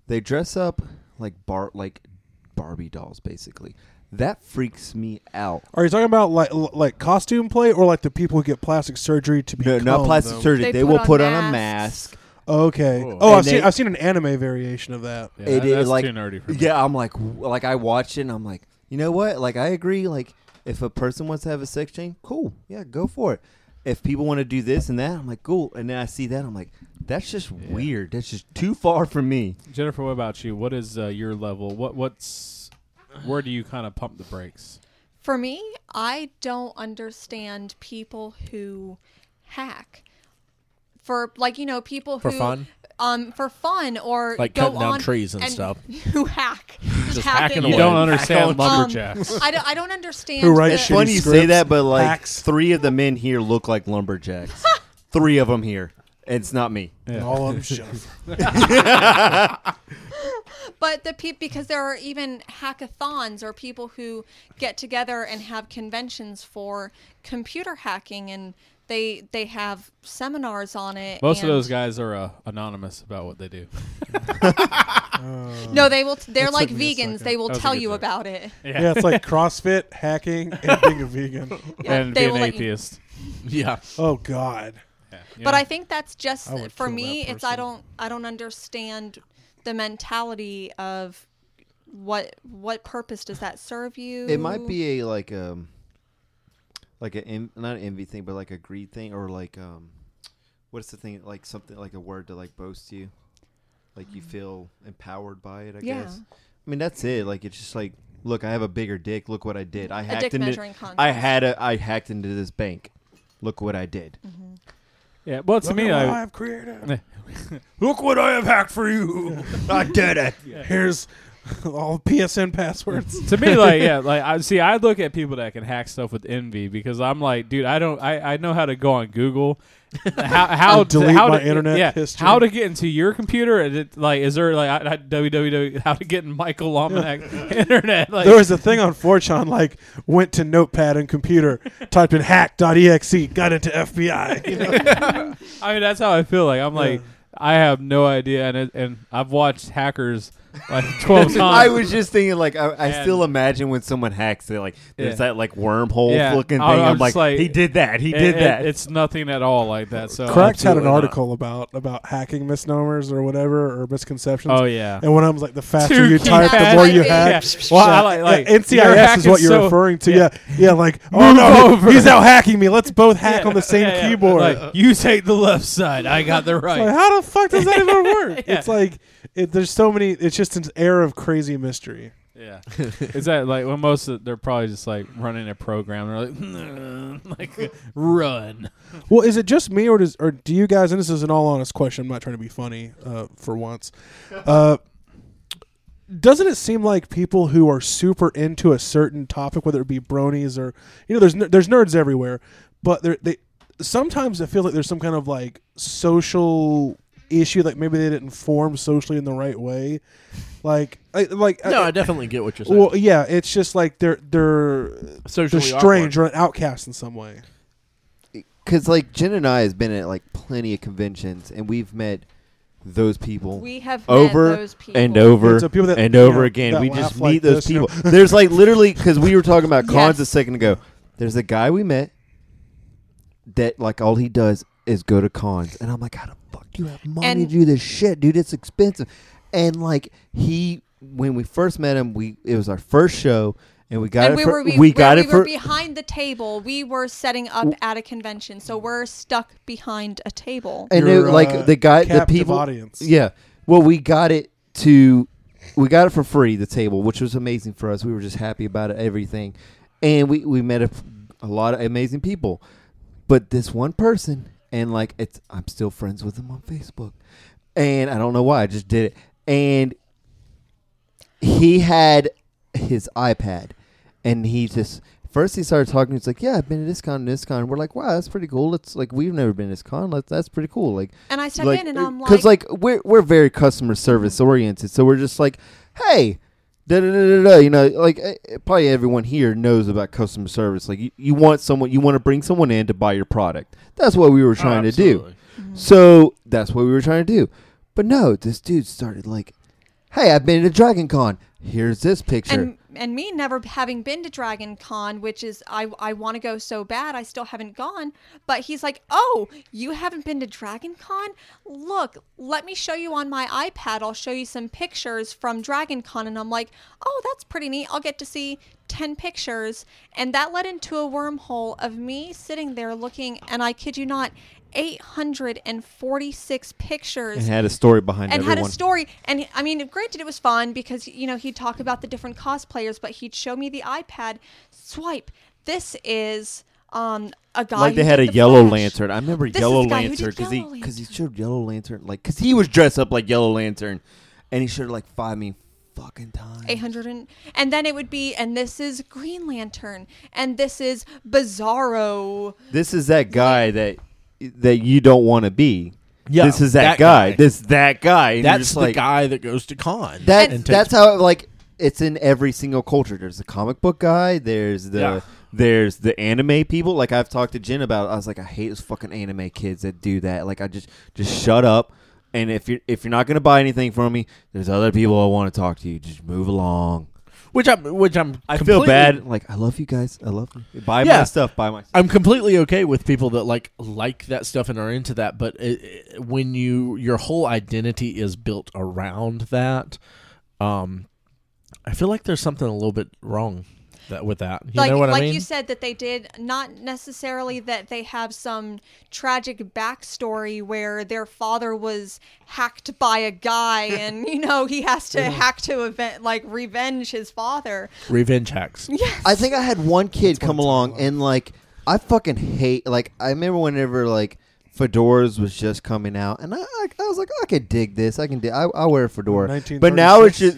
They dress up like bar like Barbie dolls, basically. That freaks me out.
Are you talking about like l- like costume play or like the people who get plastic surgery to be
No, not plastic surgery.
They
They,
put
will
on
put on a
masks.
mask.
Okay.
Oh.
Oh,
And
I've
they-
seen I've seen an anime variation of that.
Yeah,
It
that-
is
that's
like
too nerdy for me.
yeah. I'm like w- like I watch it and I'm like you know what like I agree like if a person wants to have a sex change cool yeah go for it if people want to do this and that I'm like cool and then I see that I'm like that's just weird that's just too far from me
Jennifer, what about you? What is uh, your level? What what's where do you kind of pump the brakes?
For me, I don't understand people who hack. For like you know people
For
who
fun?
um for fun or
Like
go
cutting down
on
trees and stuff.
who hack
Just
hack
hacking
it.
You
away.
don't
Well,
understand
Um,
lumberjacks.
I don't, I don't understand
Who writes
the-
shitty
funny you say
scripts,
that but like
hacks.
three of the men here look like lumberjacks three of them here it's not me
Yeah.
All of them.
but the people because there are even hackathons or people who get together and have conventions for computer hacking and they they have seminars on it
Most of
and-
those guys are uh, anonymous about what they do.
no they will they're
That
like
took me a
vegans
second.
they will
That was a
tell
good
you
joke.
about it
Yeah, it's like CrossFit, hacking, and being a vegan.
Yeah,
and
they
be an
will let you-
atheist.
Yeah,
Oh God.
Yeah.
but i think that's just
I would
for
kill
me
that
it's i
person.
don't i don't understand the mentality of what what purpose does that serve you
it might be a like um like a en- not an envy thing but like a greed thing or like um what's the thing like something like a word to like boast you like you feel empowered by it i
Mm. Yeah.
guess i mean that's it like it's just like look i have a bigger dick look what i did i hacked
dick
into
measuring contest.
i had a i hacked into this bank look what i did
yeah. Well, to
Look
me,
at what
I,
I've created.
look what I have hacked for you.
i did it
Here's all PSN passwords.
to me, like yeah, like I see. I look at people that can hack stuff with envy because I'm like, dude, I don't, I, I know how to go on Google, how how
And delete
to, how
my
to,
internet
yeah,
history.
how to get into your computer. And it, like, is there like I, I, www how to get in Michael Lomanak's internet? Like,
There was a thing on 4chan like went to notepad and computer, typed in hack.exe, got into FBI. You know?
I mean, that's how I feel. Like I'm like,
Yeah.
I have no idea, and it, and I've watched hackers like twelve times.
I was just thinking, like, I, I
And-
still imagine when someone hacks it, like, there's
Yeah.
that, like, wormhole
Yeah.
looking thing.
I- I
I'm
was
like,
just like-
he did that. He
It-
did
it-
that.
it's nothing at all like that. So
Cracked had an
Absolutely not.
article about about hacking misnomers or whatever or misconceptions.
Oh yeah.
And one of them's like the faster
Two
you type, the
keypads.
more you
Yeah.
hack.
Yeah. Well, I like- like,
Yeah,
you're
NCIS is
hacking
what you're
so-
referring to. Yeah,
yeah.
yeah, like oh no,
over.
he's out hacking me. Let's both hack on the same
Yeah, yeah.
keyboard.
Like, you take the left side. I got the right.
Like, how the fuck does that even work?
Yeah.
It's like it, there's so many. It's just an air of crazy mystery.
Yeah, is that like when most of, they're probably just like running a program? They're like, like run.
Well, is it just me, or does, or do you guys? And this is an all honest question. I'm not trying to be funny uh, for once. Uh, doesn't it seem like people who are super into a certain topic, whether it be bronies or you know, there's ner- there's nerds everywhere, but they're, they sometimes it feels like there's some kind of like social issue like maybe they didn't form socially in the right way like I, like
No,
I,
I definitely get what you're saying.
well yeah it's just like they're they're
Socially
they're strange
awkward.
or an outcast in some way
because like Jen and I has been at like plenty of conventions, and we've met those people.
We have met
over
those people.
and over
It's the people that,
and
you
over
know,
again.
that
We
laugh
just
like
meet those
this, you know.
people. There's like literally because we were talking about cons
Yes.
a second ago. There's a guy we met that like all he does is go to cons, and I'm like, how the fuck do you have money
And-
to do this shit, dude? It's expensive. And like he, when we first met him, we it was our first show, and we got
and
it
we
for
were we,
we got
we
it
were
for
behind the table. We were setting up at a convention, so we're stuck behind a table.
and
Your,
it, like
uh,
the guy, the
captive
people,
audience.
Yeah. Well, we got it to, we got it for free, the table, which was amazing for us. We were just happy about it, everything, and we we met a, a lot of amazing people, but this one person, and like it's, I'm still friends with him on Facebook, and I don't know why, I just did it, and he had his iPad, and he just. First, he started talking. He's like, "Yeah, I've been to this con, this con." We're like, "Wow, that's pretty cool." Let's like, we've never been to this con. Let's, that's pretty cool. Like,
And I step in and I'm
because like we're we're very customer service oriented, so we're just like, hey, da da da da da. You know, like eh, eh, probably everyone here knows about customer service. Like, you, you want someone, you want to bring someone in to buy your product. That's what we were trying to
Absolutely.
do.
Mm-hmm.
So that's what we were trying to do. But no, this dude started like, hey, I've been to Dragon Con. Here's this picture.
and and me never having been to Dragon Con, which is I I want to go so bad, I still haven't gone. But he's like, "Oh, you haven't been to Dragon Con? Look, let me show you on my iPad. I'll show you some pictures from Dragon Con." And I'm like, "Oh, that's pretty neat. I'll get to see 10 pictures." And that led into a wormhole of me sitting there looking, and I kid you not, 846 pictures
and had a story behind
and
everyone.
had a story. And I mean, granted, it was fun because you know he'd talk about the different cosplayers, but he'd show me the iPad swipe. This is um a guy
like
who
they had a
did the
yellow
Flash.
lantern. I remember
This is
yellow
the guy who did
lantern because he
Yellow
because he showed yellow lantern like because he was dressed up like yellow lantern, and he showed like five me fucking times.
Eight hundred and and then it would be and this is Green Lantern and this is Bizarro.
This is that guy that that you don't want to be.
Yeah,
this is that,
that
guy.
guy.
This that guy. And you're
That's
just
the
like,
guy that goes to con.
That
and takes-
that's how like it's in every single culture. There's the comic book guy. There's the
Yeah.
there's the anime people. Like I've talked to Jen about. it. I was like, I hate those fucking anime kids that do that. Like I just just shut up. And if you're if you're not gonna buy anything from me, there's other people I want to talk to you. Just move along.
which I'm which I'm
I feel
completely-
bad. Like I love you guys. I love you. Buy my
Yeah.
stuff. Buy my. stuff.
I'm completely okay with people that like like that stuff and are into that, but it, it- when you your whole identity is built around that, um, I feel like there's something a little bit wrong that with that. You
like
know what
like
I mean?
you said that they did not necessarily that they have some tragic backstory where their father was hacked by a guy and you know he has to hack to event like revenge his father
Revenge hacks.
I think I had one kid come along and like I fucking hate like I remember whenever like fedoras was just coming out and I I, I was like I could dig this I can dig I, I wear a fedora but now it's just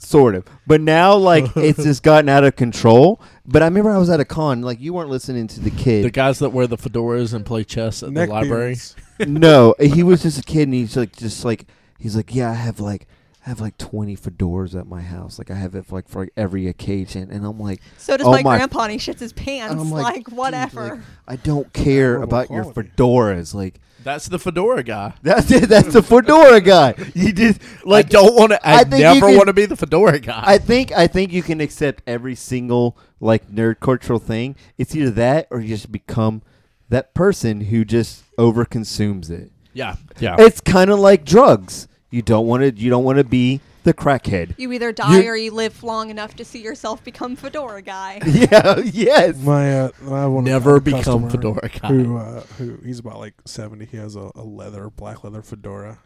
sort of but now like it's just gotten out of control but I remember I was at a con like you weren't listening to the kid
The guys that wear the fedoras and play chess at
Neck
the library.
beards.
no, he was just a kid, and he's like, just like, he's like, yeah, I have like, I have like twenty fedoras at my house. Like, I have it for like for like, every occasion, and I'm like,
So does
oh
my,
my
grandpa and he shits his pants.
and I'm
like,
dude,
whatever.
like, I don't care
Horrible
about your
quality.
fedoras. Like,
That's the fedora guy.
that's it. That's the fedora guy.
You just like don't want to.
I
I,
think you
never
can-
want to be the fedora guy.
I think I think you can accept every single like nerd cultural thing. It's either that or you just become that person who just overconsumes it.
yeah, yeah.
It's kind of like drugs. You don't want to. You don't want to be the crackhead.
you either die
You-
or you live long enough to see yourself become fedora guy.
Yeah. Yes.
my uh, I want
Never become fedora guy.
Who uh, who he's about like seventy. He has a, a leather black leather fedora.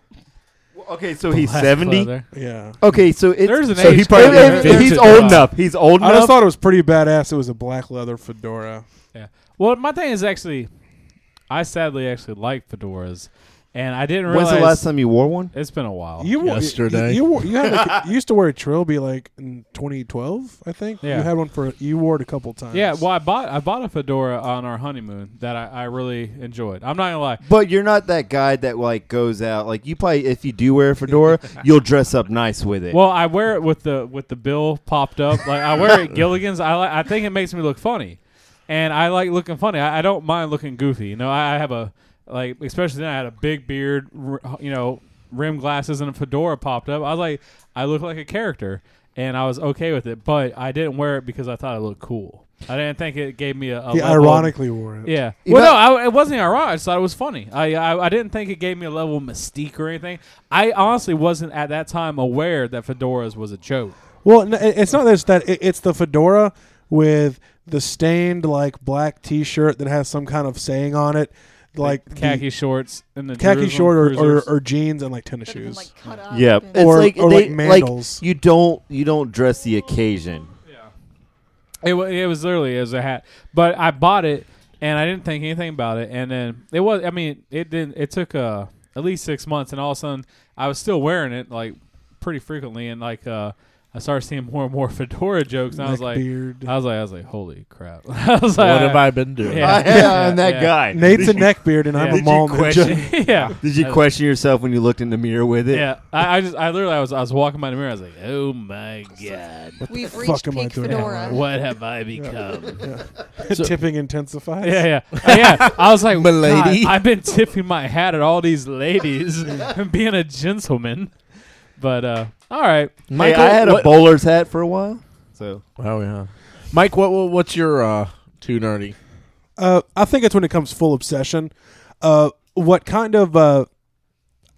Okay, so he's
Black
seventy.
leather.
Yeah,
Okay, so it's
There's an
so
age
he probably-
difference.
he's
There's a
old
difference.
enough. He's old
I just
enough.
thought it was pretty badass. It was a black leather fedora.
Yeah. Well, my thing is actually, I sadly actually like fedoras, and I didn't
When's
realize
the last time you wore one?
it's been a while.
You wore-
Yesterday.
you you, wore- you, had a, you used to wear a trilby like in 2012, I think.
Yeah.
You had one for you wore it a couple times.
Yeah, well, I bought I bought a fedora on our honeymoon that I, I really enjoyed. I'm not gonna lie.
But you're not that guy that like goes out like you probably if you do wear a fedora, you'll dress up nice with it.
Well, I wear it with the with the bill popped up. Like I wear it at Gilligan's. I like, I think it makes me look funny, and I like looking funny. I, I don't mind looking goofy. You know, I, I have a like especially then I had a big beard. r- You know, rim glasses and a fedora popped up. I was like, I look like a character, and I was okay with it. But I didn't wear it because I thought it looked cool. I didn't think it gave me a, a
he
level of-
ironically wore it.
Yeah.
You
well,
know-
no, I, it wasn't ironic. I just thought it was funny. I, I I didn't think it gave me a level of mystique or anything. I honestly wasn't at that time aware that fedoras was a joke.
Well, n- it- it's not just that it- it's the fedora with the stained like black T-shirt that has some kind of saying on it, like the
khaki shorts and the
khaki
Jerusalem
short or, or,
Cruisers.
or jeans and like tennis
That have been,
shoes.
like, cut up
yeah,
and-
it's
Or-
like
or
they,
like
like,
mandals.
you don't you don't dress the occasion.
It, wa- it was literally it was a hat, but I bought it and I didn't think anything about it. And then it was I mean it didn't it took uh, at least six months, and all of a sudden I was still wearing it like pretty frequently, and like uh, I started seeing more and more fedora jokes, and I was like.
beard.
I was like, I was like, holy crap! I was like,
what have I been doing?
uh, Yeah.
I'm that
Yeah.
guy.
Nate's a neckbeard, and I'm
Did
a
you
mall ninja.
question-
yeah.
Did you question yourself when you looked in the mirror with it?
Yeah, I, I just, I literally, I was, I was walking by the mirror. I was like, "Oh my god,
We've
fuck
reached
am I
peak
doing?
fedora.
what have I become?"
Tipping intensifies.
yeah, yeah, Uh, yeah. I was like,
Milady.
"God, I've been tipping my hat at all these ladies and being a gentleman." But uh, all right,
Hey,
Michael,
I had a
what-
bowler's hat for a while. So
Oh yeah, Mike. What, what what's your uh, too nerdy?
Uh, I think it's when it comes full obsession. Uh, what kind of uh,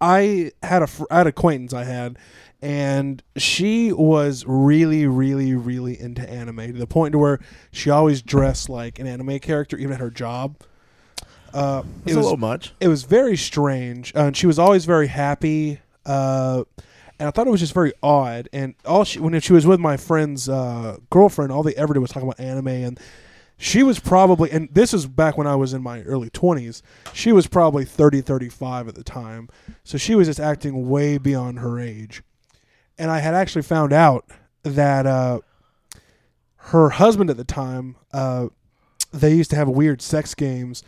I had a fr- I had an acquaintance I had, and she was really, really, really into anime to the point to where she always dressed like an anime character, even at her job. Uh,
It's
it
a
was
little much.
it was very strange, uh, and she was always very happy. Uh, and I thought it was just very odd. And all she, when she was with my friend's uh, girlfriend, all they ever did was talk about anime. And she was probably, and this is back when I was in my early 20s, she was probably 30, 35 at the time. So she was just acting way beyond her age. And I had actually found out that uh, her husband at the time, uh, they used to have weird sex games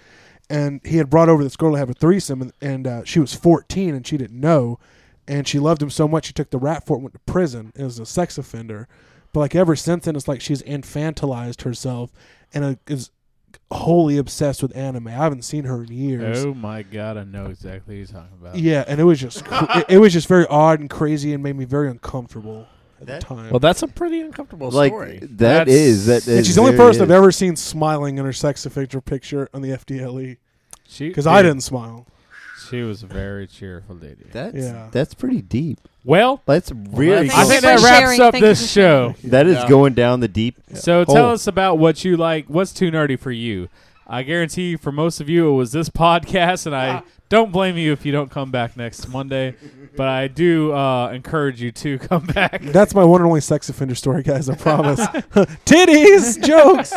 and he had brought over this girl to have a threesome, and, and uh, she was 14 and she didn't know, and she loved him so much she took the rap for it, and went to prison, and was a sex offender. But like ever since then, it's like she's infantilized herself and uh, is wholly obsessed with anime. I haven't seen her in years.
oh my god, I know exactly what you're talking about.
Yeah, and it was just cr- it, it was just very odd and crazy and made me very uncomfortable at
That-
the time.
Well, that's a pretty uncomfortable
like
story.
that
That's-
is that.
and
is-
she's the only
there
person I've
is.
ever seen smiling in her sex offender picture on the FDLE
she
because E, I didn't smile.
She was a very cheerful lady.
That's
Yeah.
that's pretty deep.
Well,
That's
I
really.
Thanks
think
going-
that
for
wraps
sharing.
up
Thank you
this
for sharing.
show.
that is
Yeah.
going down the deep.
So tell
Hole.
us about what you like. What's too nerdy for you? I guarantee you, for most of you, it was this podcast, and I don't blame you if you don't come back next Monday. But I do uh, encourage you to come back.
That's my one and only sex offender story, guys. I promise. Titties jokes.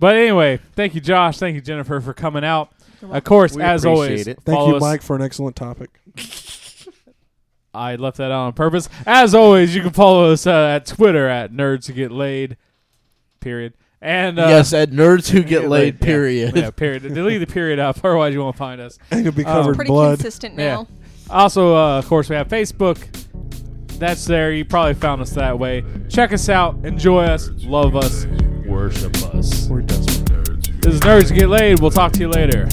But anyway, thank you, Josh. Thank you, Jennifer, for coming out. Of course,
We
as
appreciate
always,
it.
Thank
follow
you,
us-
Mike, for an excellent topic.
I left that out on purpose. As always, you can follow us uh, at Twitter at Nerds Who Get Laid. Period. And uh,
yes, at nerds who get laid.
yeah.
Period.
Yeah, period. Delete the period up, otherwise you won't find us.
And you'll be
Oh.
covered in
Pretty
blood.
consistent now.
Also, uh, of course, we have Facebook. That's there. You probably found us that way. Check us out. Enjoy us. Love us. Worship us.
We're desperate.
This is Nerds Get Laid. We'll talk to you later.